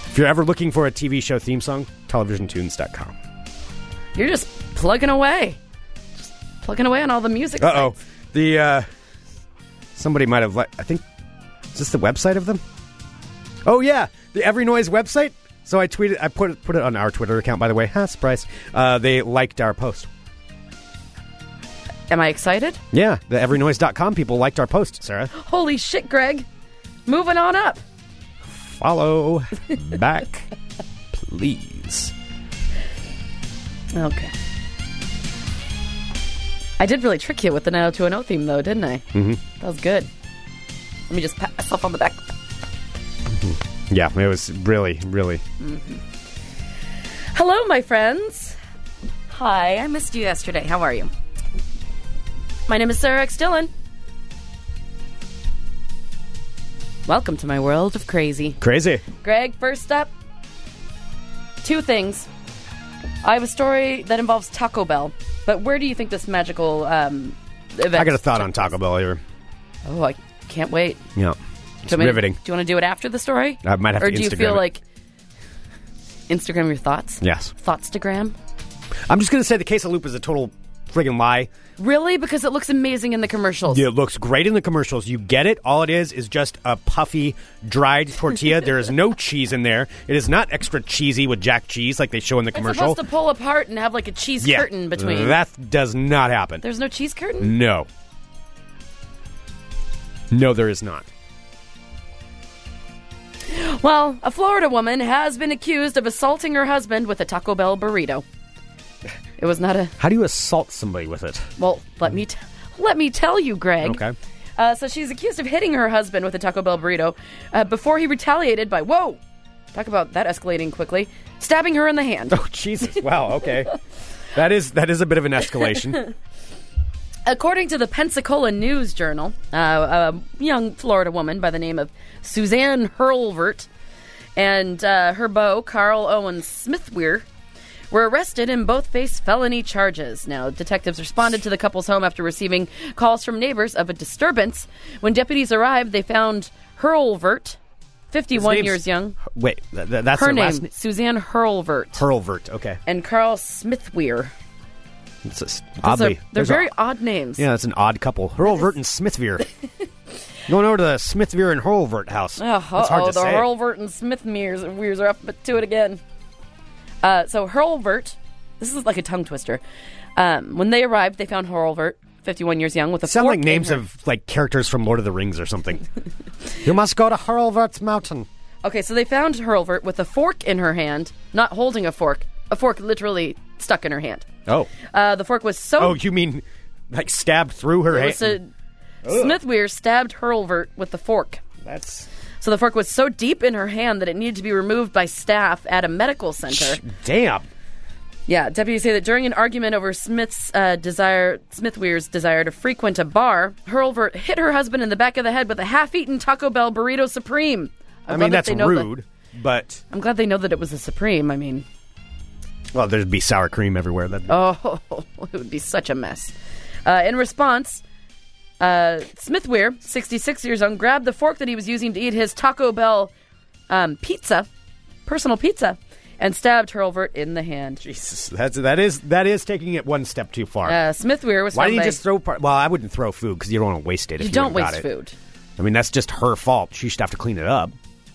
Speaker 7: If you're ever looking for a TV show theme song, televisiontunes.com.
Speaker 6: You're just plugging away. Just plugging away on all the music.
Speaker 7: Uh oh. The uh somebody might have let I think is this the website of them? Oh yeah, the Every Noise website. So I tweeted I put it put it on our Twitter account by the way. Ha, surprise. Uh they liked our post.
Speaker 6: Am I excited?
Speaker 7: Yeah, the everynoise.com people liked our post, Sarah.
Speaker 6: Holy shit, Greg. Moving on up.
Speaker 7: Follow back please.
Speaker 6: Okay. I did really trick you with the 90210 theme, though, didn't I? Mm-hmm. That was good. Let me just pat myself on the back.
Speaker 7: Yeah, it was really, really.
Speaker 6: Hello, my friends. Hi, I missed you yesterday. How are you? My name is Sarah X. Dillon. Welcome to my world of crazy.
Speaker 7: Crazy.
Speaker 6: Greg, first up, two things. I have a story that involves Taco Bell, but where do you think this magical um, event?
Speaker 7: I got a thought on Taco Bell here.
Speaker 6: Oh, I can't wait.
Speaker 7: Yeah. It's
Speaker 6: Do you want me to-
Speaker 7: riveting.
Speaker 6: Do you want to do it after the story?
Speaker 7: I might have
Speaker 6: or
Speaker 7: to
Speaker 6: do you
Speaker 7: Instagram
Speaker 6: feel
Speaker 7: it.
Speaker 6: like Instagram your thoughts?
Speaker 7: Yes.
Speaker 6: Thoughtstagram?
Speaker 7: I'm just going to say the queso loop is a total friggin' lie.
Speaker 6: Really? Because it looks amazing in the commercials.
Speaker 7: It looks great in the commercials. You get it. All it is is just a puffy, dried tortilla. there is no cheese in there. It is not extra cheesy with jack cheese like they show in the
Speaker 6: It's
Speaker 7: commercial.
Speaker 6: supposed to pull apart and have like a cheese
Speaker 7: yeah.
Speaker 6: curtain between.
Speaker 7: That does not happen.
Speaker 6: There's no cheese curtain?
Speaker 7: No. No, there is not.
Speaker 6: Well, a Florida woman has been accused of assaulting her husband with a Taco Bell burrito. It was not a
Speaker 7: How do you assault somebody with it?
Speaker 6: well. Let me t- let me tell you, Greg.
Speaker 7: Okay.
Speaker 6: Uh, so she's accused of hitting her husband with a Taco Bell burrito uh, before he retaliated by whoa, talk about that escalating quickly, stabbing her in the hand.
Speaker 7: Oh Jesus! Wow. Okay. that is that is a bit of an escalation.
Speaker 6: According to the Pensacola News Journal, uh, a young Florida woman by the name of Suzanne Hurlvert and uh, her beau, Carl Owen Smithweir, were arrested and both face felony charges. Now, detectives responded to the couple's home after receiving calls from neighbors of a disturbance. When deputies arrived, they found Hurlvert, 51
Speaker 7: name's-
Speaker 6: years young.
Speaker 7: Wait, th- th- that's
Speaker 6: Her
Speaker 7: her last
Speaker 6: name,
Speaker 7: name.
Speaker 6: Suzanne Hurlvert,
Speaker 7: Perlvert. Okay.
Speaker 6: and Carl Smithweir.
Speaker 7: It's just,
Speaker 6: Those are-
Speaker 7: oddly,
Speaker 6: they're
Speaker 7: there's a-
Speaker 6: very odd names.
Speaker 7: yeah, it's an odd couple. Hurlvert and Smithveer. Going over to the Smithveer and Hurlvert house.
Speaker 6: Oh,
Speaker 7: it's hard to
Speaker 6: the
Speaker 7: say.
Speaker 6: Hurlvert and Smith mirrors, mirrors are up to it again. Uh, so Hurlvert, this is like a tongue twister. Um, when they arrived, they found Hurlvert, 51 years young, with a
Speaker 7: Sound
Speaker 6: fork
Speaker 7: like names
Speaker 6: in her-
Speaker 7: of like characters from Lord of the Rings or something. you must go to Hurlvert's mountain.
Speaker 6: Okay, so they found Hurlvert with a fork in her hand, not holding a fork, a fork literally stuck in her hand.
Speaker 7: Oh.
Speaker 6: Uh, the fork was so
Speaker 7: Oh, you mean like stabbed through her hand?
Speaker 6: twisted. Smithweir stabbed Hurlvert with the fork.
Speaker 7: That's
Speaker 6: So the fork was so deep in her hand that it needed to be removed by staff at a medical center.
Speaker 7: damn.
Speaker 6: Yeah, deputies say that during an argument over Smith's uh, desire, Smithweir's desire to frequent a bar, Hurlvert hit her husband in the back of the head with a half-eaten Taco Bell burrito supreme. I,
Speaker 7: I
Speaker 6: love
Speaker 7: mean,
Speaker 6: that
Speaker 7: that's
Speaker 6: they know that-
Speaker 7: rude, but
Speaker 6: I'm glad they know that it was a supreme. I mean,
Speaker 7: well, there'd be sour cream everywhere. That
Speaker 6: oh, it would be such a mess. Uh, in response, uh, Smithweir, 66 years young, grabbed the fork that he was using to eat his Taco Bell um, pizza, personal pizza, and stabbed Hurlvert in the hand.
Speaker 7: Jesus, that's that is that is taking it one step too far.
Speaker 6: Uh, Smithweir was
Speaker 7: Why
Speaker 6: found
Speaker 7: didn't you
Speaker 6: by-
Speaker 7: just throw? Part, well, I wouldn't throw food because you don't want to waste it. If
Speaker 6: you
Speaker 7: you,
Speaker 6: don't
Speaker 7: got
Speaker 6: waste
Speaker 7: it.
Speaker 6: food.
Speaker 7: I mean, that's just her fault. She should have to clean it up,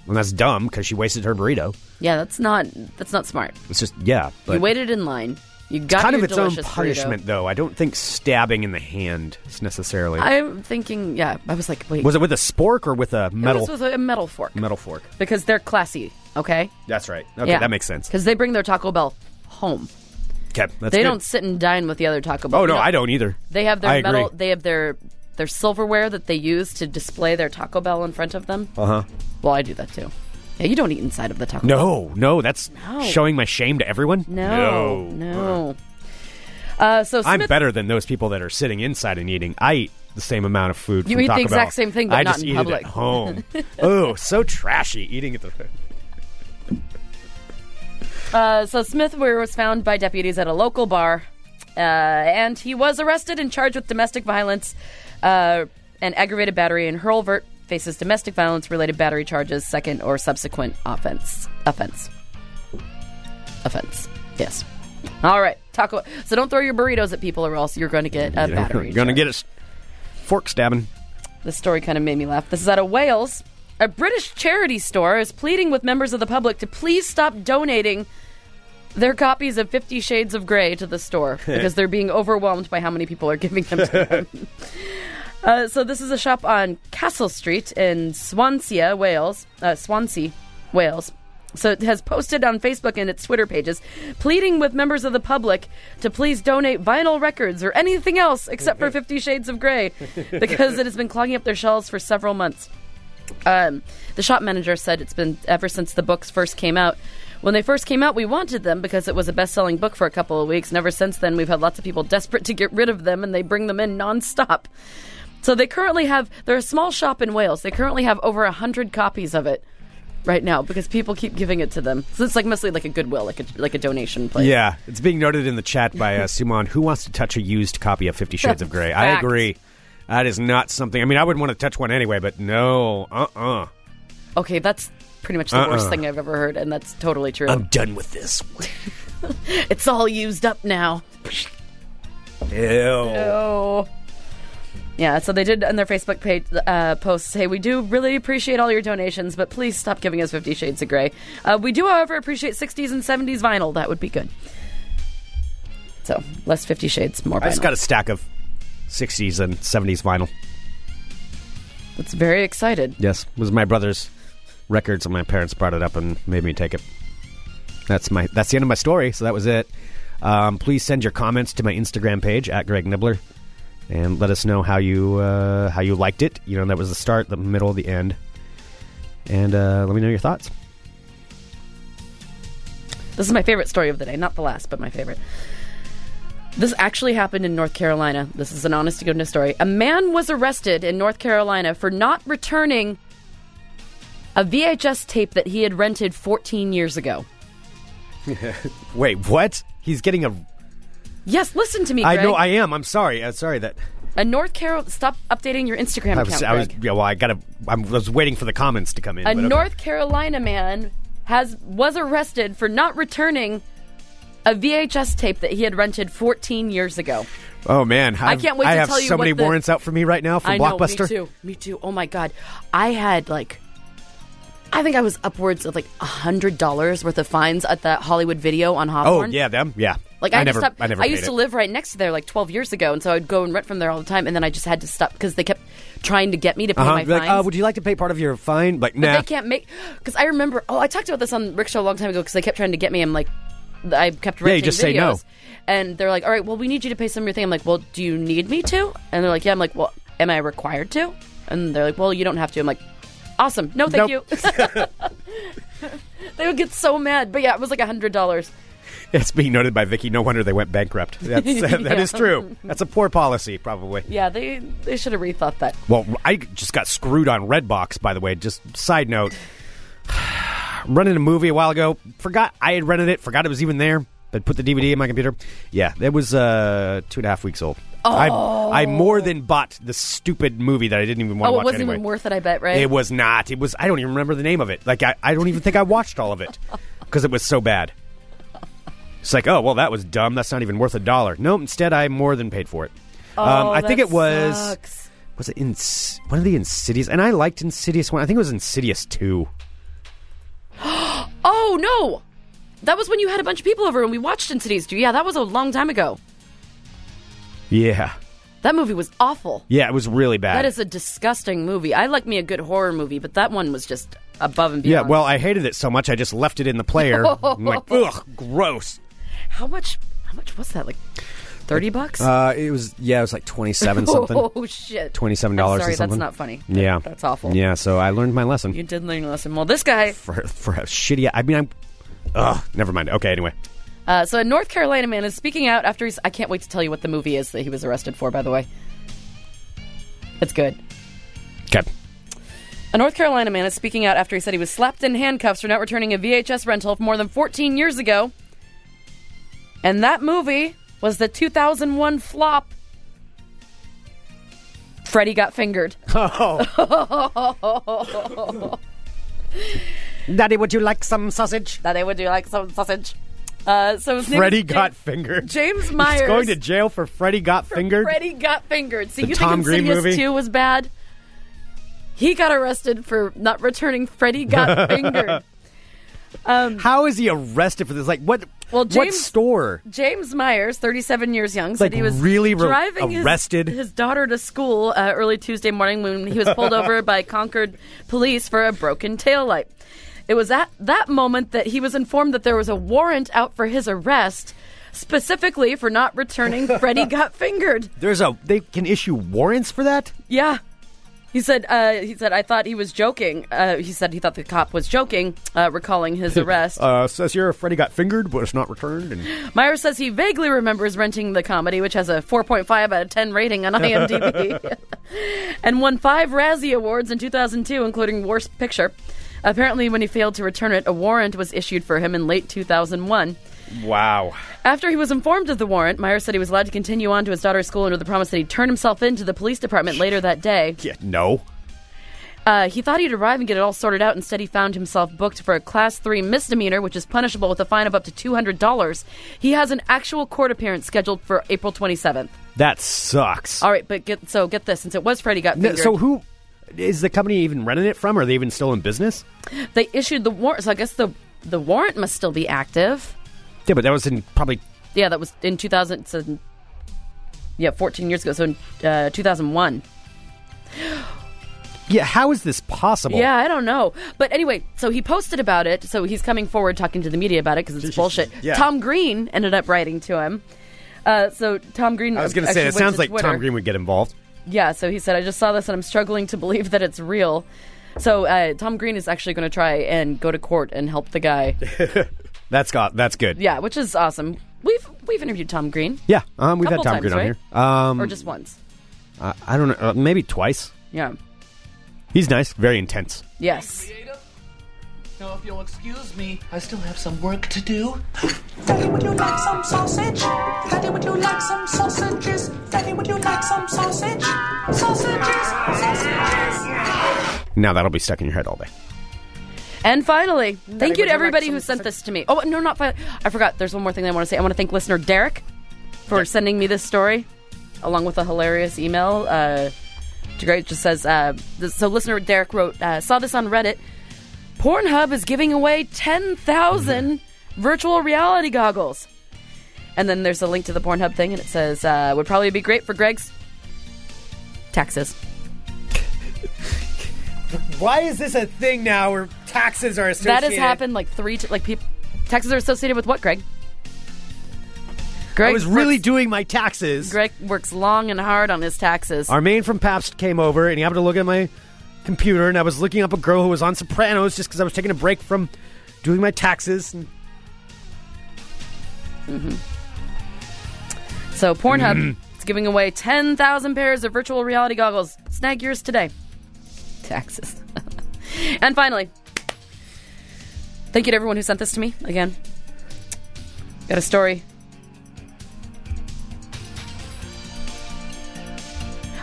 Speaker 7: and that's dumb because she wasted her burrito.
Speaker 6: Yeah, that's not that's not smart.
Speaker 7: It's just yeah, but
Speaker 6: you waited in line. You got
Speaker 7: kind of
Speaker 6: your
Speaker 7: its own
Speaker 6: delicious burrito.
Speaker 7: punishment, though. I don't think stabbing in the hand is necessarily.
Speaker 6: I'm thinking, yeah. I was like, wait,
Speaker 7: was it with a spork or with a metal
Speaker 6: This was a metal fork
Speaker 7: metal fork?
Speaker 6: because they're classy. Okay.
Speaker 7: That's right. Okay,
Speaker 6: yeah,
Speaker 7: that makes sense.
Speaker 6: Because they bring their Taco Bell home.
Speaker 7: Okay, that's
Speaker 6: they
Speaker 7: good.
Speaker 6: don't sit and dine with the other Taco Bell.
Speaker 7: Oh no,
Speaker 6: You know,
Speaker 7: I don't either.
Speaker 6: They have their
Speaker 7: I agree.
Speaker 6: metal. They have their their silverware that they use to display their Taco Bell in front of them.
Speaker 7: Uh huh.
Speaker 6: Well, I do that too. Yeah, you don't eat inside of the Taco. Bell.
Speaker 7: No, no, that's
Speaker 6: No.
Speaker 7: showing my shame to everyone.
Speaker 6: No. No. Uh, so
Speaker 7: Uh-huh. I'm
Speaker 6: Smith-
Speaker 7: better than those people that are sitting inside and eating. I eat the same amount of food.
Speaker 6: You
Speaker 7: from
Speaker 6: eat the
Speaker 7: Taco
Speaker 6: exact
Speaker 7: Bell.
Speaker 6: same thing, but
Speaker 7: I
Speaker 6: not
Speaker 7: just
Speaker 6: in
Speaker 7: eat
Speaker 6: public.
Speaker 7: It at home. oh, so trashy eating at the.
Speaker 6: Uh, so Smith Weir was found by deputies at a local bar, uh, and he was arrested and charged with domestic violence uh, and aggravated battery. And Hurlvert faces domestic violence related battery charges, second or subsequent offense. Offense. Offense. Yes. All right. Taco. So don't throw your burritos at people, or else you're going to get a battery.
Speaker 7: You're gonna
Speaker 6: charge.
Speaker 7: get us fork stabbing.
Speaker 6: This story kind of made me laugh. This is out of Wales. A British charity store is pleading with members of the public to please stop donating their copies of Fifty Shades of Grey to the store because they're being overwhelmed by how many people are giving them to them. Uh, so this is a shop on Castle Street in Swansea, Wales. Uh, Swansea, Wales. So it has posted on Facebook and its Twitter pages, pleading with members of the public to please donate vinyl records or anything else except for Fifty Shades of Grey, because it has been clogging up their shelves for several months. Um, the shop manager said it's been ever since the books first came out. When they first came out, we wanted them because it was a best selling book for a couple of weeks, and ever since then, we've had lots of people desperate to get rid of them, and they bring them in nonstop. So they currently have, they're a small shop in Wales. They currently have over 100 copies of it right now because people keep giving it to them. So it's like mostly like a goodwill, like a, like a donation place.
Speaker 7: Yeah, it's being noted in the chat by uh, Suman. Who wants to touch a used copy of Fifty Shades of Grey? I
Speaker 6: Fact.
Speaker 7: agree. That is not something. I mean, I wouldn't want to touch one anyway, but no. Uh uh-uh. uh.
Speaker 6: Okay, that's pretty much the worst thing I've ever heard, and that's totally true.
Speaker 7: i am done with this.
Speaker 6: it's all used up now.
Speaker 7: Ew.
Speaker 6: Oh. Yeah, so they did on their Facebook page uh, post say, We do really appreciate all your donations, but please stop giving us Fifty Shades of Grey. Uh, we do, however, appreciate 60s and 70s vinyl. That would be good. So, less Fifty Shades, more vinyl.
Speaker 7: I just got a stack of 60s and 70s vinyl.
Speaker 6: That's very excited.
Speaker 7: Yes, it was my brother's records, and my parents brought it up and made me take it. That's my. That's the end of my story. So that was it. Um, please send your comments to my Instagram page at Greg Nibbler, and let us know how you uh, how you liked it. You know that was the start, the middle, the end, and uh, let me know your thoughts.
Speaker 6: This is my favorite story of the day, not the last, but my favorite. This actually happened in North Carolina. This is an honest to goodness story. A man was arrested in North Carolina for not returning a VHS tape that he had rented 14 years ago.
Speaker 7: Wait, what? He's getting a.
Speaker 6: Yes, listen to me.
Speaker 7: I
Speaker 6: Greg.
Speaker 7: know I am. I'm sorry. I'm sorry that
Speaker 6: A North Carol. Stop updating your Instagram
Speaker 7: I was.
Speaker 6: account.
Speaker 7: I was.
Speaker 6: Greg.
Speaker 7: Yeah. Well, I gotta. I'm, I was waiting for the comments to come in.
Speaker 6: a
Speaker 7: but okay.
Speaker 6: North Carolina man has was arrested for not returning a VHS tape that he had rented 14 years ago.
Speaker 7: Oh man, I've,
Speaker 6: can't wait
Speaker 7: I
Speaker 6: to
Speaker 7: have
Speaker 6: tell you
Speaker 7: so many
Speaker 6: what the-
Speaker 7: warrants out for me right now from
Speaker 6: I know,
Speaker 7: Blockbuster.
Speaker 6: me too. Me too. Oh my god, I had like, I think I was upwards of like a hundred dollars worth of fines at that Hollywood Video on
Speaker 7: Oh
Speaker 6: Hawthorne.
Speaker 7: yeah, them. Yeah.
Speaker 6: Like I, had to
Speaker 7: never,
Speaker 6: stop-
Speaker 7: I never.
Speaker 6: I
Speaker 7: paid
Speaker 6: used to
Speaker 7: it.
Speaker 6: live right next to there like 12 years ago, and so I'd go and rent from there all the time, and then I just had to stop because they kept trying to get me to pay
Speaker 7: Uh-huh.
Speaker 6: my
Speaker 7: Be like,
Speaker 6: fines.
Speaker 7: uh, would you like to pay part of your fine? Like,
Speaker 6: But
Speaker 7: nah.
Speaker 6: they can't make because I remember. Oh, I talked about this on Rick Show a long time ago because they kept trying to get me. I'm like, I kept renting
Speaker 7: Yeah, you just
Speaker 6: videos,
Speaker 7: say no.
Speaker 6: and they're like, "All right, well, we need you to pay some of your thing." I'm like, "Well, do you need me to?" And they're like, "Yeah." I'm like, "Well, am I required to?" And they're like, "Well, you don't have to." I'm like, "Awesome, no, thank
Speaker 7: Nope.
Speaker 6: you." they would get so mad, but yeah, it was like a hundred dollars.
Speaker 7: It's being noted by Vicky. No wonder they went bankrupt. That's, That is true. That's a poor policy, probably.
Speaker 6: Yeah, they they should have rethought that.
Speaker 7: Well, I just got screwed on Redbox, by the way. Just side note. Rented a movie a while ago. Forgot I had rented it. Forgot it was even there. But put the DVD in my computer. Yeah, it was uh, two and a half weeks old. I, I more than bought the stupid movie that I didn't even want to
Speaker 6: Oh,
Speaker 7: watch
Speaker 6: it wasn't
Speaker 7: anyway.
Speaker 6: even worth it. I bet, right?
Speaker 7: It was not. It was. I don't even remember the name of it. Like I, I don't even think I watched all of it because it was so bad. It's like, oh well, that was dumb. That's not even worth a dollar. No, instead, I more than paid for it. um,
Speaker 6: Oh,
Speaker 7: I think
Speaker 6: that
Speaker 7: it was
Speaker 6: sucks.
Speaker 7: was it in one of the Insidious, and I liked Insidious one. I think it was Insidious two.
Speaker 6: Oh no, that was when you had a bunch of people over and we watched Insidious 2. Yeah, that was a long time ago.
Speaker 7: Yeah,
Speaker 6: That movie was awful.
Speaker 7: yeah, it was really bad.
Speaker 6: That is a disgusting movie. I like me a good horror movie, but that one was just above and
Speaker 7: yeah,
Speaker 6: beyond.
Speaker 7: well, I hated it so much I just left it in the player. I'm like, ugh, gross.
Speaker 6: how much? How much was that? Like thirty bucks?
Speaker 7: Uh, it was yeah, it was like twenty seven
Speaker 6: oh shit!
Speaker 7: $27 or
Speaker 6: I'm Sorry, that's
Speaker 7: something.
Speaker 6: not funny. That-
Speaker 7: Yeah,
Speaker 6: that's awful.
Speaker 7: Yeah, so I learned my lesson.
Speaker 6: you did learn a lesson. Well, this guy.
Speaker 7: for for a shitty. I mean, I'm. Ugh. Never mind. Okay. Anyway.
Speaker 6: Uh, so a North Carolina man is speaking out after he's. I can't wait to tell you what the movie is that he was arrested for. By the way, it's good.
Speaker 7: Okay.
Speaker 6: A North Carolina man is speaking out after he said he was slapped in handcuffs for not returning a VHS rental from more than 14 years ago. And that movie was the 2001 flop Freddy Got Fingered.
Speaker 7: Oh. Daddy, would you like some sausage?
Speaker 6: Daddy, would you like some sausage? Uh, so his name
Speaker 7: Freddie
Speaker 6: is James-
Speaker 7: got fingered.
Speaker 6: James Myers.
Speaker 7: He's going to jail for Freddie got fingered.
Speaker 6: Freddy got fingered. See,
Speaker 7: The
Speaker 6: you
Speaker 7: Tom
Speaker 6: think
Speaker 7: Green
Speaker 6: Insidious
Speaker 7: movie?
Speaker 6: 2 was bad? He got arrested for not returning Freddy Got Fingered.
Speaker 7: How is he arrested for this? Like what?
Speaker 6: Well,
Speaker 7: what
Speaker 6: James-
Speaker 7: store?
Speaker 6: James Myers, 37 years young, said
Speaker 7: Like,
Speaker 6: he was
Speaker 7: really re-
Speaker 6: driving his-
Speaker 7: arrested?
Speaker 6: His, daughter to school uh, early Tuesday morning when he was pulled over by Concord police for a broken taillight. It was at that moment that he was informed that there was a warrant out for his arrest, specifically for not returning Freddie Got Fingered.
Speaker 7: There's a they can issue warrants for that.
Speaker 6: Yeah. He said, uh, he said, I thought he was joking. Uh, he said he thought the cop was joking, uh, recalling his arrest.
Speaker 7: Uh, says here Freddie got fingered, but it's not returned. And
Speaker 6: Myra says he vaguely remembers renting the comedy, which has a 4.5 out of 10 rating on IMDb, and won five Razzie Awards in 2002, including Worst Picture. Apparently, when he failed to return it, a warrant was issued for him in late 2001.
Speaker 7: wow,
Speaker 6: After he was informed of the warrant, Myra said he was allowed to continue on to his daughter's school under the promise that he'd turn himself in to the police department later that day.
Speaker 7: yeah, no.
Speaker 6: Uh, he thought he'd arrive and get it all sorted out. Instead, he found himself booked for a class three misdemeanor, which is punishable with a fine of up to two hundred dollars. He has an actual court appearance scheduled for April twenty seventh.
Speaker 7: That sucks.
Speaker 6: All right, but get so get this. Since it was Freddie got
Speaker 7: No,
Speaker 6: fingered,
Speaker 7: so who is the company even renting it from? Are they even still in business?
Speaker 6: they issued the warrant. So I guess the the warrant must still be active.
Speaker 7: Yeah, but that was in probably
Speaker 6: Yeah, that was in two thousand. So, yeah, fourteen years ago. So in uh, two thousand one.
Speaker 7: yeah. How is this possible?
Speaker 6: Yeah, I don't know. But anyway, so he posted about it. So he's coming forward talking to the media about it because it's bullshit.
Speaker 7: Yeah.
Speaker 6: Tom Green ended up writing to him. Uh, so Tom Green.
Speaker 7: I was going to say
Speaker 6: actually
Speaker 7: it
Speaker 6: went
Speaker 7: sounds
Speaker 6: to
Speaker 7: like
Speaker 6: Twitter.
Speaker 7: Tom Green would get involved.
Speaker 6: Yeah. So he said, "I just saw this and I'm struggling to believe that it's real." So uh, Tom Green is actually going to try and go to court and help the guy.
Speaker 7: That's got that's good.
Speaker 6: yeah, which is awesome. We've we've interviewed Tom Green
Speaker 7: Yeah, um, we've had
Speaker 6: Couple
Speaker 7: Tom
Speaker 6: times,
Speaker 7: Green
Speaker 6: right?
Speaker 7: on here. Um,
Speaker 6: or just once.
Speaker 7: I, I don't know, uh, maybe twice.
Speaker 6: Yeah.
Speaker 7: He's nice, very intense.
Speaker 6: Yes.
Speaker 5: Now, if you'll excuse me, I still have some work to do.
Speaker 8: Daddy, would you like some sausage? Daddy, would you like some sausages? Daddy, would you like some sausage? Sausages, sausages.
Speaker 7: Now that'll be stuck in your head all day.
Speaker 6: And finally, thank you
Speaker 2: would you
Speaker 6: to
Speaker 2: like
Speaker 6: everybody who
Speaker 2: some-
Speaker 6: sent this to me. Oh no, not finally. I forgot. There's one more thing I want to say. I want to thank listener Derek for sending me this story, along with a hilarious email. Uh, to great just says uh, th- so. Listener Derek wrote, uh, saw this on Reddit. Pornhub is giving away ten thousand virtual reality goggles, and then there's a link to the Pornhub thing, and it says uh, would probably be great for Greg's taxes.
Speaker 7: Why is this a thing now where taxes are associated?
Speaker 6: That has happened like three, t- like people. Taxes are associated with what, Greg? Greg
Speaker 7: I was really
Speaker 6: works,
Speaker 7: doing my taxes.
Speaker 6: Greg works long and hard on his taxes.
Speaker 7: Armaine from Pabst came over and he happened to look at my computer and I was looking up a girl who was on Sopranos just because I was taking a break from doing my taxes. And
Speaker 6: So Pornhub is giving away ten thousand pairs of virtual reality goggles. Snag yours today. Taxes. and finally, thank you to everyone who sent this to me again. Got a story.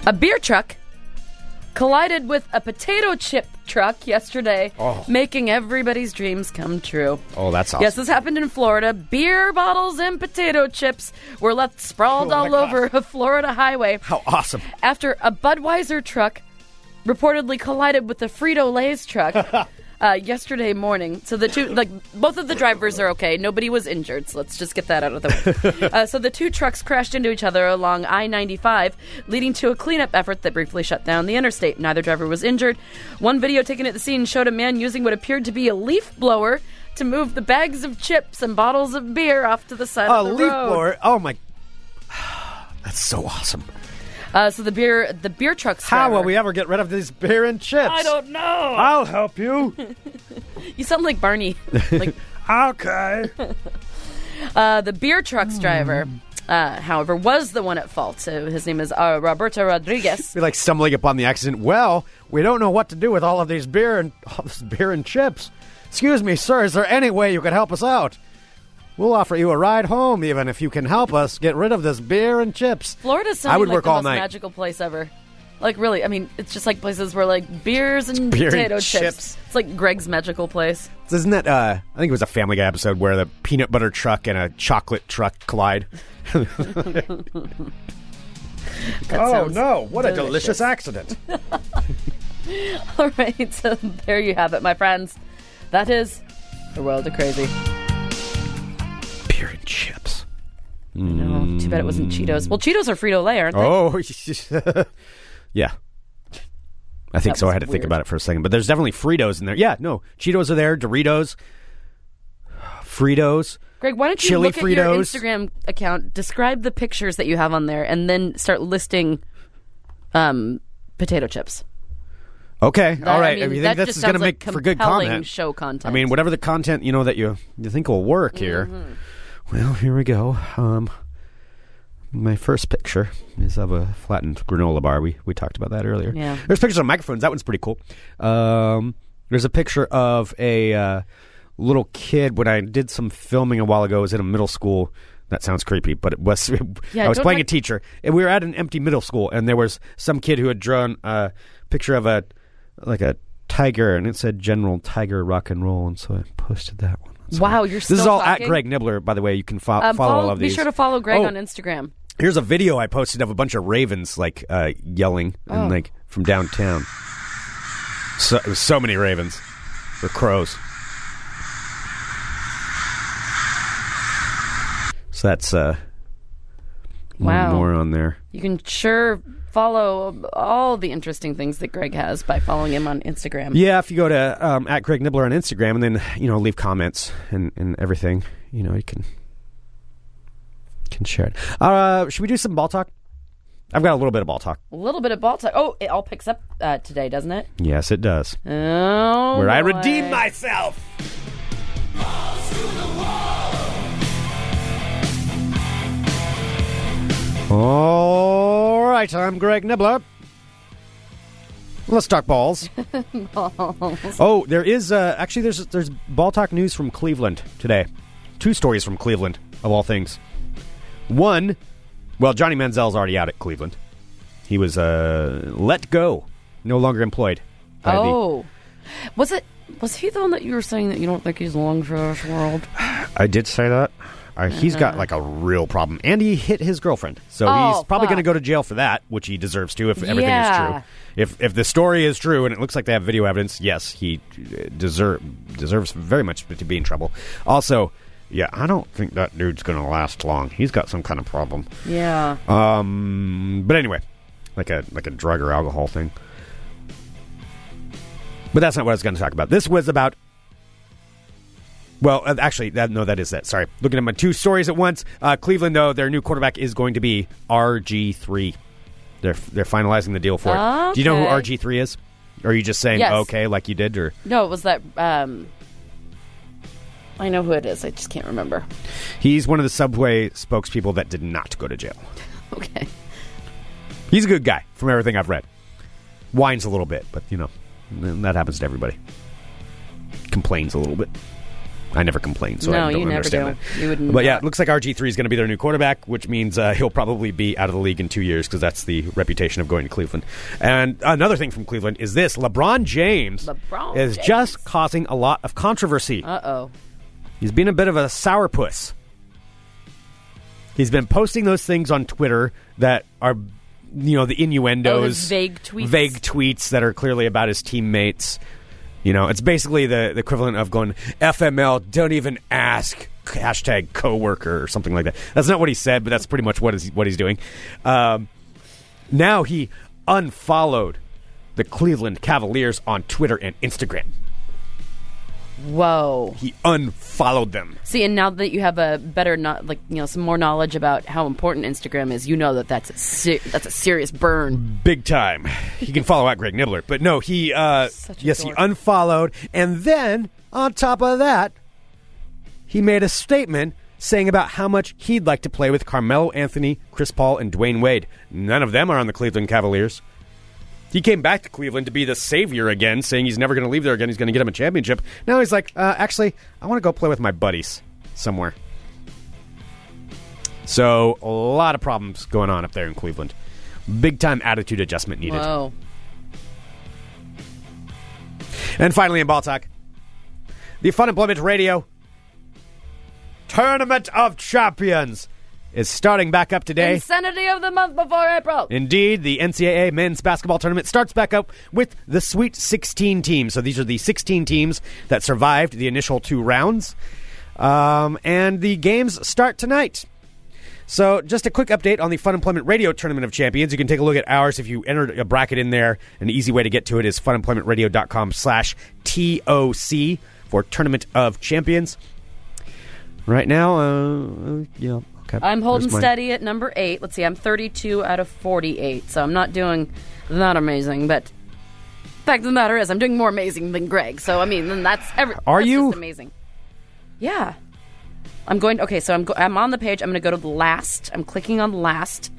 Speaker 6: A beer truck collided with a potato chip truck yesterday,
Speaker 7: Oh.
Speaker 6: making everybody's dreams come true.
Speaker 7: Oh, that's awesome.
Speaker 6: Yes, this happened in Florida. Beer bottles and potato chips were left sprawled
Speaker 7: Oh, my
Speaker 6: all over a Florida highway
Speaker 7: How awesome.
Speaker 6: after a Budweiser truck reportedly collided with a Frito Lay's truck. Uh, yesterday morning, so the two like both of the drivers are okay. Nobody was injured, so let's just get that out of the way. uh, so the two trucks crashed into each other along I ninety five, leading to a cleanup effort that briefly shut down the interstate. Neither driver was injured. One video taken at the scene showed a man using what appeared to be a leaf blower to move the bags of chips and bottles of beer off to the side
Speaker 7: A
Speaker 6: of the
Speaker 7: leaf
Speaker 6: road.
Speaker 7: blower. Oh my. That's so awesome.
Speaker 6: Uh, so the beer the beer truck.
Speaker 7: How will we ever get rid of these beer and chips?
Speaker 6: I don't know.
Speaker 7: I'll help you.
Speaker 6: You sound like Barney. like
Speaker 7: okay.
Speaker 6: uh, the beer truck's driver, uh, however, was the one at fault. So his name is uh, Roberto Rodriguez.
Speaker 7: Be like stumbling upon the accident. Well, we don't know what to do with all of these beer and all this beer and chips. Excuse me, sir. Is there any way you could help us out? We'll offer you a ride home, even if you can help us get rid of this beer and chips.
Speaker 6: Florida's
Speaker 7: I would
Speaker 6: like
Speaker 7: work
Speaker 6: the
Speaker 7: all
Speaker 6: most
Speaker 7: night.
Speaker 6: magical place ever. Like really, I mean, it's just like places where like beers and
Speaker 7: Beer and
Speaker 6: potato
Speaker 7: chips.
Speaker 6: It's like Greg's magical place.
Speaker 7: Isn't that? Uh, I think it was a Family Guy episode where the peanut butter truck and a chocolate truck collide.
Speaker 6: That
Speaker 7: Oh,
Speaker 6: sounds
Speaker 7: accident!
Speaker 6: All right, so there you have it, my friends. That is the world of crazy.
Speaker 7: beer and chips. Hmm.
Speaker 6: No, too bad it wasn't Cheetos. Well, Cheetos are Frito Lay, aren't they?
Speaker 7: Oh, yeah. Oh, I think
Speaker 6: That
Speaker 7: so. I
Speaker 6: was
Speaker 7: had to think
Speaker 6: weird.
Speaker 7: about it for a second, but there's definitely Fritos in there. Yeah, no, Cheetos are there. Doritos, Fritos.
Speaker 6: Greg, why don't you
Speaker 7: Chili
Speaker 6: look at your
Speaker 7: Fritos.
Speaker 6: Instagram account, describe the pictures that you have on there, and then start listing um, potato chips.
Speaker 7: Okay, all right.
Speaker 6: I mean,
Speaker 7: If you
Speaker 6: that
Speaker 7: think this
Speaker 6: just
Speaker 7: is going to
Speaker 6: sounds like
Speaker 7: make for good
Speaker 6: compelling
Speaker 7: content,
Speaker 6: show content. Mm-hmm.
Speaker 7: I mean, whatever the content you know that you you think will work here. Well, here we go. Um, my first picture is of a flattened granola bar. We we talked about that earlier.
Speaker 6: Yeah.
Speaker 7: There's pictures of microphones. That one's pretty cool. Um, there's a picture of a uh, little kid when I did some filming a while ago. I was in a middle school. That sounds creepy, but it was. I was
Speaker 6: don't
Speaker 7: playing a
Speaker 6: talk-
Speaker 7: teacher, and we were at an empty middle school, and there was some kid who had drawn a picture of a like a tiger, and it said "General Tiger Rock and Roll," and so I posted that one. So
Speaker 6: Wow, you're
Speaker 7: this
Speaker 6: still
Speaker 7: is all at
Speaker 6: talking?
Speaker 7: Greg Nibbler, by the way. You can fo-
Speaker 6: Um,
Speaker 7: follow, all of
Speaker 6: be
Speaker 7: these.
Speaker 6: sure to follow Greg
Speaker 7: Oh,
Speaker 6: on Instagram.
Speaker 7: Here's a video I posted of a bunch of ravens like uh, yelling and like from downtown. So it was so many ravens or crows. So that's uh, one
Speaker 6: Wow.
Speaker 7: more on there.
Speaker 6: You can sure follow all the interesting things that Greg has by following him on Instagram.
Speaker 7: Yeah, if you go to um, at Greg Nibbler on Instagram and then you know leave comments and, and everything, you know you can can share it. Uh, should we do some ball talk? I've got a little bit of ball talk.
Speaker 6: A little bit of ball talk. Oh, it all picks up uh, today, doesn't it?
Speaker 7: Yes, it does.
Speaker 6: Oh,
Speaker 7: Where I
Speaker 6: boy.
Speaker 7: redeem myself. All right, I'm Greg Nibbler. Let's talk balls. Oh, there is uh, actually there's there's ball talk news from Cleveland today. Two stories from Cleveland of all things. One, well, Johnny Manziel's already out at Cleveland. He was uh, let go, no longer employed. by the-
Speaker 6: Oh, was it? Was he the one that you were saying that you don't think he's long for this world?
Speaker 7: I did say that. Uh, he's got like a real problem, and he hit his girlfriend, so
Speaker 6: Uh-huh. Oh,
Speaker 7: he's probably going to
Speaker 6: fuck.
Speaker 7: go to jail for that, which he deserves to if everything
Speaker 6: Yeah.
Speaker 7: is true. If if the story is true, and it looks like they have video evidence, yes, he uh, deserve deserves very much to be in trouble. Also, yeah, I don't think that dude's going to last long. He's got some kind of problem.
Speaker 6: Yeah.
Speaker 7: Um, but anyway, like a like a drug or alcohol thing. But that's not what I was going to talk about. This was about. Well, uh, actually, that, no, that is that. Sorry, looking at my two stories at once. Uh, Cleveland, though, their new quarterback is going to be RG three. They're they're finalizing the deal for it. Do you know who
Speaker 6: Okay.
Speaker 7: RG three is? Or are you just saying
Speaker 6: Yes.
Speaker 7: okay, like you did, or
Speaker 6: No, it was that. Um, I know who it is. I just can't remember.
Speaker 7: he's one of the subway spokespeople that did not go to jail.
Speaker 6: Okay.
Speaker 7: He's a good guy from everything I've read. Whines a little bit, but you know, that happens to everybody. Complains a little bit. I never complain, so
Speaker 6: No,
Speaker 7: I don't
Speaker 6: you never
Speaker 7: understand
Speaker 6: do.
Speaker 7: that.
Speaker 6: You would
Speaker 7: but yeah,
Speaker 6: not.
Speaker 7: it looks like RG3 is going to be their new quarterback, which means uh, he'll probably be out of the league in two years because that's the reputation of going to Cleveland. And another thing from Cleveland is this LeBron James
Speaker 6: LeBron
Speaker 7: is
Speaker 6: James.
Speaker 7: just causing a lot of controversy.
Speaker 6: Uh oh.
Speaker 7: He's been a bit of a sourpuss. He's been posting those things on Twitter that are, you know, the
Speaker 6: Oh,
Speaker 7: innuendos,
Speaker 6: those vague tweets.
Speaker 7: vague tweets that are clearly about his teammates. You know, it's basically the, the equivalent of going FML. Don't even ask hashtag coworker or something like that. That's not what he said, but that's pretty much what is what he's doing. Um, now he unfollowed the Cleveland Cavaliers on Twitter and Instagram.
Speaker 6: Whoa.
Speaker 7: He unfollowed them.
Speaker 6: See, and now that you have a better, not like you know, some more knowledge about how important Instagram is, you know that that's a se- that's a serious burn.
Speaker 7: big time. You can follow out Greg Nibbler, but no, he uh,
Speaker 6: Such a
Speaker 7: yes, he
Speaker 6: dork.
Speaker 7: unfollowed, and then on top of that, he made a statement saying about how much he'd like to play with Carmelo Anthony, Chris Paul, and Dwayne Wade. None of them are on the Cleveland Cavaliers. He came back to Cleveland to be the savior again, saying he's never going to leave there again. He's going to get him a championship. Now he's like, uh, actually, I want to go play with my buddies somewhere. So a lot of problems going on up there in Cleveland. Big time attitude adjustment needed.
Speaker 6: Mm. Whoa.
Speaker 7: And finally, in Ball Talk, the Fun Employment Radio Tournament of Champions is starting back up today.
Speaker 6: Insanity of the month before April.
Speaker 7: Indeed, the NCAA men's basketball tournament starts back up with the Sweet 16 teams. So these are the 16 teams that survived the initial two rounds. Um, and the games start tonight. So, just a quick update on the Fun Employment Radio Tournament of Champions. You can take a look at ours if you entered a bracket in there. An easy way to get to it is funemploymentradio.com slash TOC for Tournament of Champions. Right now, uh, uh, yeah, okay.
Speaker 6: I'm holding
Speaker 7: There's mine.
Speaker 6: steady at number eight. Let's see, I'm 32 out of 48, so I'm not doing that amazing. But fact of the matter is, I'm doing more amazing than Greg. So I mean, then that's every.
Speaker 7: Are
Speaker 6: that's
Speaker 7: you?
Speaker 6: just amazing? Yeah, I'm going. Okay, so I'm go, I'm on the page. I'm going to go to the last. I'm clicking on last.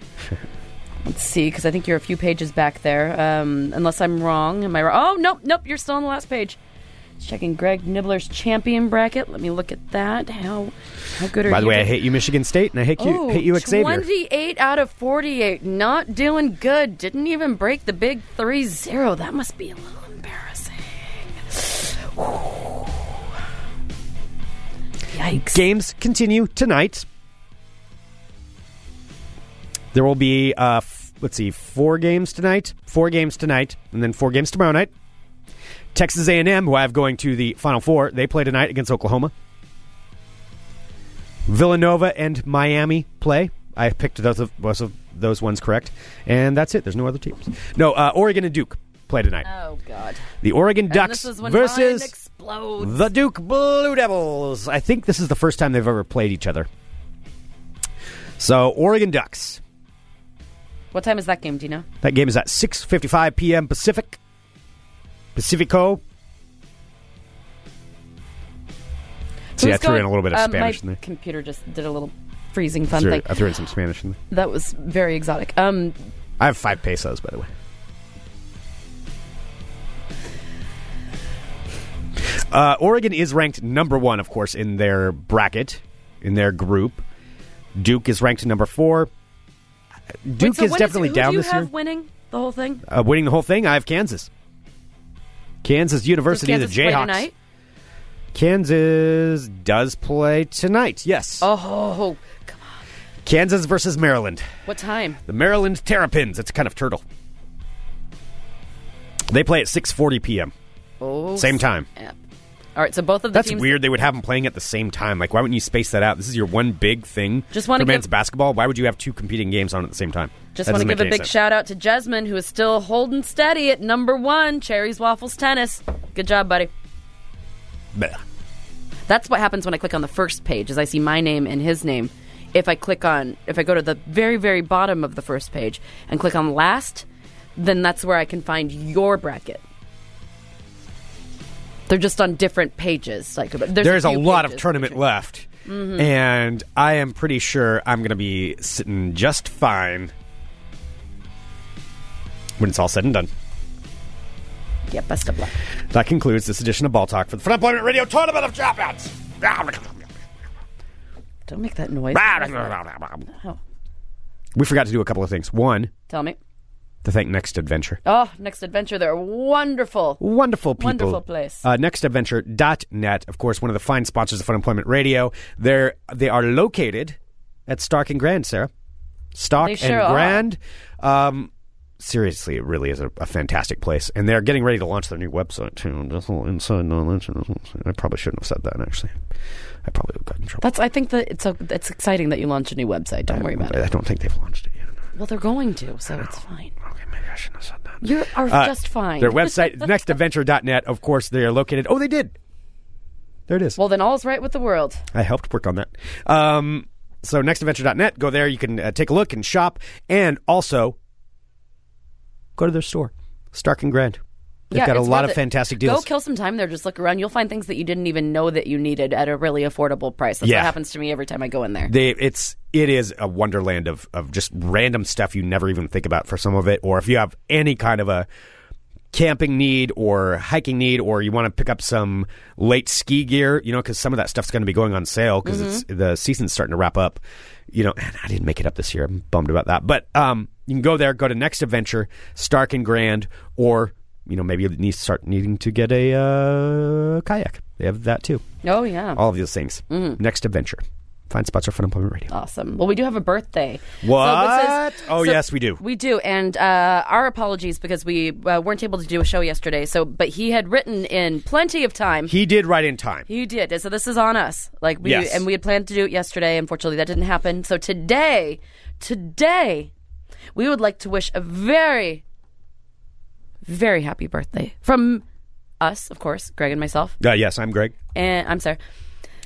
Speaker 6: Let's see, because I think you're a few pages back there. Um, unless I'm wrong, am I wrong? Oh nope, nope, you're still on the last page. Checking Greg Nibbler's champion bracket. Let me look at that. How how good are you? Oh,
Speaker 7: By the way, I
Speaker 6: doing?
Speaker 7: hate you, Michigan State, and I hate you, hate you, Xavier.
Speaker 6: 28 out of 48. Not doing good. Didn't even break the big 3 0. That must be a little embarrassing. Yikes.
Speaker 7: Games continue tonight. There will be uh, f- let's see, four games tonight, four games tonight, and then four games tomorrow night. Texas A&M, who I have going to the Final Four, they play tonight against Oklahoma. Villanova and Miami play. I picked those of, both of those ones correct, and that's it. There's no other teams. No, uh, Oregon and Duke play tonight.
Speaker 6: Oh, God.
Speaker 7: the Oregon
Speaker 6: And
Speaker 7: Ducks
Speaker 6: this is when
Speaker 7: versus
Speaker 6: mine explodes.
Speaker 7: the Duke Blue Devils. I think this is the first time they've ever played each other. So Oregon Ducks.
Speaker 6: What time is that game, do you know?
Speaker 7: That game is at 6:55 p.m. Pacific. Pacifico. See, I
Speaker 6: Who's
Speaker 7: threw
Speaker 6: going-
Speaker 7: in a little bit of
Speaker 6: Um,
Speaker 7: Spanish
Speaker 6: my
Speaker 7: in there.
Speaker 6: computer just did a little freezing fun
Speaker 7: Threw-
Speaker 6: thing.
Speaker 7: I threw in some Spanish in there.
Speaker 6: That was very exotic. Um,
Speaker 7: I have five pesos, by the way. Uh, Oregon is ranked number one, of course, in their bracket, in their group. Duke is ranked number four. Duke
Speaker 6: wait, so
Speaker 7: is
Speaker 6: what
Speaker 7: definitely
Speaker 6: who
Speaker 7: down
Speaker 6: do you
Speaker 7: this
Speaker 6: have
Speaker 7: year.
Speaker 6: winning the whole thing?
Speaker 7: Uh, winning the whole thing, I have Kansas. Kansas
Speaker 6: Does
Speaker 7: University,
Speaker 6: Kansas
Speaker 7: the
Speaker 6: play
Speaker 7: Jayhawks.
Speaker 6: tonight?
Speaker 7: Kansas does play tonight. Yes,
Speaker 6: Oh,
Speaker 7: Kansas versus Maryland.
Speaker 6: what time?
Speaker 7: The Maryland Terrapins. It's a kind of turtle. They play at 6:40 p.m.
Speaker 6: Oh,
Speaker 7: Same time.
Speaker 6: snap. All right, so both of the
Speaker 7: That's
Speaker 6: teams
Speaker 7: weird. They would have them playing at the same time. Like, why wouldn't you space that out? This is your one big thing
Speaker 6: Just
Speaker 7: for
Speaker 6: wanna
Speaker 7: men's
Speaker 6: give-
Speaker 7: basketball. Why would you have two competing games on at the same time?
Speaker 6: Just
Speaker 7: That
Speaker 6: want to
Speaker 7: doesn't
Speaker 6: give
Speaker 7: make
Speaker 6: a
Speaker 7: any
Speaker 6: big
Speaker 7: sense.
Speaker 6: shout out to Jesmine, who is still holding steady at number one, Cherry's Waffles Tennis. Good job, buddy.
Speaker 7: Bleh.
Speaker 6: That's what happens when I click on the first page, is I see my name and his name. If I click on, if I go to the very, very bottom of the first page and click on last, then that's where I can find your bracket. They're just on different pages. Like there's,
Speaker 7: There's a
Speaker 6: few
Speaker 7: lot of
Speaker 6: pages. Mm-hmm.
Speaker 7: tournament left, and I am pretty sure I'm going to be sitting just fine when it's all said and done.
Speaker 6: Yeah, best of luck.
Speaker 7: That concludes this edition of Ball Talk for the Fun Employment Radio Tournament of Champions. Ah,
Speaker 6: Don't make that noise. Oh,
Speaker 7: We forgot to do a couple of things. One,
Speaker 6: tell me.
Speaker 7: to thank Next Adventure.
Speaker 6: Oh, next adventure. They're wonderful.
Speaker 7: Wonderful people.
Speaker 6: Wonderful place.
Speaker 7: Uh, nextadventure.net, of course, one of the fine sponsors of Fun Employment Radio. They're, they are located at Stark and Grand, Sarah. Stark
Speaker 6: They
Speaker 7: and
Speaker 6: sure are.
Speaker 7: Grand. Um, seriously, it really is a, a fantastic place. And they're getting ready to launch their new website, too. Just a little inside knowledge. I probably shouldn't have said that, actually. I probably would have gotten in trouble.
Speaker 6: That's. I think that it's. A, it's exciting that you launch a new website. Don't worry about
Speaker 7: I
Speaker 6: it.
Speaker 7: don't think they've launched it yet.
Speaker 6: Well, they're going to, so it's fine.
Speaker 7: Okay, maybe I shouldn't have said that.
Speaker 6: You are
Speaker 7: Uh,
Speaker 6: just fine.
Speaker 7: Their website, nextadventure.net. Of course, they are located. Oh, they did. There it is.
Speaker 6: well, then all's right with the world.
Speaker 7: I helped work on that. Um, so, nextadventure.net. Go there. You can uh, take a look and shop. And also, go to their store, Stark and Grand. They've
Speaker 6: yeah,
Speaker 7: got a
Speaker 6: it's
Speaker 7: lot
Speaker 6: worth
Speaker 7: of
Speaker 6: it.
Speaker 7: fantastic deals.
Speaker 6: Go kill some time there. Just look around. You'll find things that you didn't even know that you needed at a really affordable price. That's
Speaker 7: Yeah.
Speaker 6: what happens to me every time I go in there.
Speaker 7: they it's it is a wonderland of of just random stuff you never even think about for some of it or if you have any kind of a camping need or hiking need or you want to pick up some late ski gear you know because some of that stuff's going to be going on sale because it's the season's starting to wrap up you know and i didn't make it up this year i'm bummed about that but um you can go there go to next adventure stark and grand or you know maybe you need to start needing to get a uh, kayak they have that too
Speaker 6: oh yeah.
Speaker 7: all of those things. Next adventure. Find spots for Fun Employment Radio.
Speaker 6: Awesome. Well, we do have a birthday.
Speaker 7: What? Oh, yes, we do.
Speaker 6: We do, and uh, our apologies because we uh, weren't able to do a show yesterday. So, but he had written in plenty of time.
Speaker 7: He did right in time.
Speaker 6: You did. and So this is on us. Like we
Speaker 7: Yes.
Speaker 6: and we had planned to do it yesterday. Unfortunately, that didn't happen. So today, today, we would like to wish a very, very happy birthday from us, of course, Greg and myself,
Speaker 7: Uh, yes, I'm Greg
Speaker 6: and I'm sorry,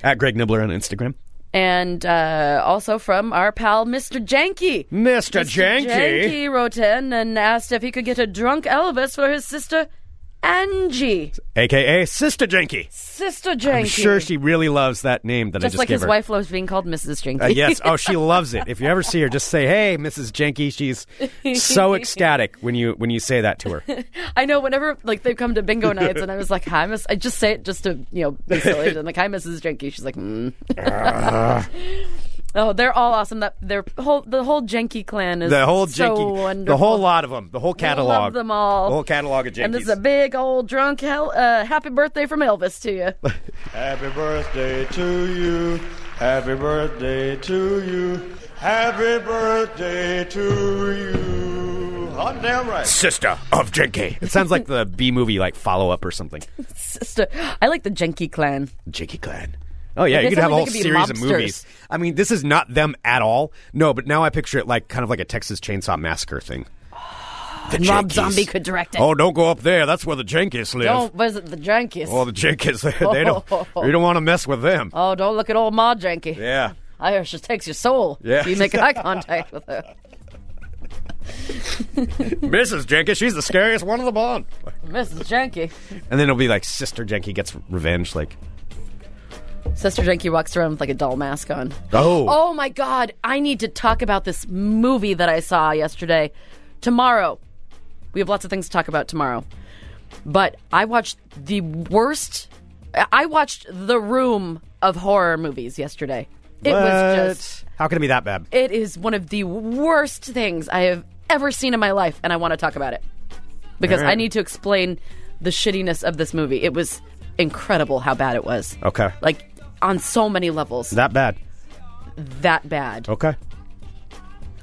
Speaker 7: at Greg Nibbler on Instagram.
Speaker 6: and uh, also from our pal Mr. Janky.
Speaker 7: Mr. Janky.
Speaker 6: Janky wrote in and asked if he could get a drunk Elvis for his sister Angie.
Speaker 7: aka Sister Janky.
Speaker 6: Sister Janky.
Speaker 7: I'm sure she really loves that name that I
Speaker 6: Just
Speaker 7: just
Speaker 6: like
Speaker 7: gave
Speaker 6: his
Speaker 7: her.
Speaker 6: wife loves being called Mrs. Janky.
Speaker 7: Uh, yes. Oh, she loves it. If you ever see her, just say, "Hey, Mrs. Jenky." She's so ecstatic when you when you say that to her.
Speaker 6: I know whenever like they come to bingo nights and I was like, hi, Miss, I just say it just to you know be silly. And like, hi, Mrs. Jenky. She's like, mm.
Speaker 7: Ah.
Speaker 6: oh, they're all awesome. That their whole the whole Jenky clan is
Speaker 7: The whole
Speaker 6: so
Speaker 7: Jenky,
Speaker 6: wonderful.
Speaker 7: the whole lot of them, the whole catalog,
Speaker 6: love them all.
Speaker 7: the whole catalog of Jenkies.
Speaker 6: And this is a big old drunk hell. Uh, happy birthday from Elvis to you.
Speaker 9: Happy birthday to you. Happy birthday to you. Happy birthday to you. Hot damn right.
Speaker 7: sister of Jenky. It sounds like the B movie, like follow up or something.
Speaker 6: Sister, I like the Jenky clan.
Speaker 7: Jenky Clan. Oh yeah, you
Speaker 6: guess
Speaker 7: could have a
Speaker 6: that
Speaker 7: whole
Speaker 6: means they could be
Speaker 7: series of
Speaker 6: mobsters.
Speaker 7: movies. I mean, this is not them at all. No, but now I picture it like kind of like a Texas Chainsaw Massacre thing. The
Speaker 6: Oh, Rob
Speaker 7: Jenkies.
Speaker 6: Zombie could direct it.
Speaker 7: Oh, don't go up there. That's where the Jenkies live.
Speaker 6: Don't visit the Jankies.
Speaker 7: Oh, the Jenkins, they they don't. You don't want to mess with them.
Speaker 6: oh, don't look at old Ma Janky.
Speaker 7: Yeah.
Speaker 6: I hear she takes your soul.
Speaker 7: Yeah.
Speaker 6: You make eye contact with her.
Speaker 7: Mrs. Jenkins, she's the scariest one of them all.
Speaker 6: Mrs. Janky.
Speaker 7: And then it'll be like Sister Jenky gets revenge. Like,
Speaker 6: Sister Janky walks around with like a doll mask on.
Speaker 7: oh,
Speaker 6: Oh my God, I need to talk about this movie that I saw yesterday. Tomorrow. We have lots of things to talk about tomorrow. But I watched the worst. I- I watched The Room of horror movies yesterday. It was
Speaker 7: what?
Speaker 6: just.
Speaker 7: How can it be that bad?
Speaker 6: It is one of the worst things I have ever seen in my life, and I want to talk about it because
Speaker 7: All right.
Speaker 6: I need to explain the shittiness of this movie. It was incredible how bad it was.
Speaker 7: Okay.
Speaker 6: Like, on so many levels, that,
Speaker 7: that bad.
Speaker 6: bad.
Speaker 7: Okay.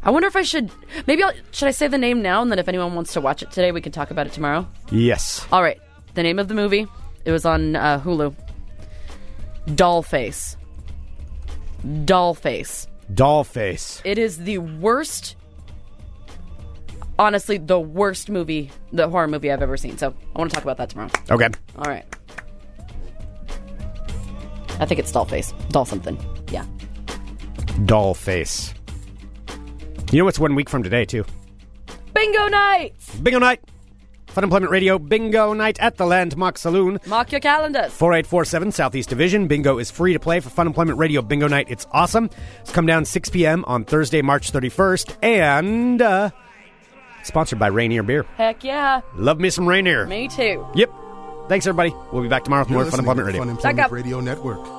Speaker 6: I wonder if I should. Maybe I'll. Should I say the name now, and then if anyone wants to watch it today, we can talk about it tomorrow?
Speaker 7: Yes.
Speaker 6: All right. The name of the movie, it was on uh, Hulu Dollface. Dollface.
Speaker 7: Dollface.
Speaker 6: It is the worst, honestly, the worst movie, the horror movie I've ever seen. So I want to talk about that tomorrow.
Speaker 7: Okay.
Speaker 6: All right. I think it's Dollface. Doll something. Yeah.
Speaker 7: Dollface. You know what's one week from today too?
Speaker 6: Bingo night!
Speaker 7: Bingo night. Fun Employment Radio Bingo Night at the Landmark Saloon.
Speaker 6: Mark your calendars.
Speaker 7: 4847 Southeast Division. Bingo is free to play for Fun Employment Radio Bingo Night. It's awesome. It's come down 6 p.m. on Thursday, March 31st, and uh, sponsored by Rainier Beer.
Speaker 6: Heck yeah.
Speaker 7: Love me some Rainier.
Speaker 6: Me too.
Speaker 7: Yep. Thanks, everybody. We'll be back tomorrow with
Speaker 1: You're
Speaker 7: more
Speaker 1: listening
Speaker 7: Fun
Speaker 1: to
Speaker 7: Employment
Speaker 1: the
Speaker 7: Radio.
Speaker 1: Fun
Speaker 6: Back
Speaker 1: Employment
Speaker 6: up.
Speaker 1: Radio Network.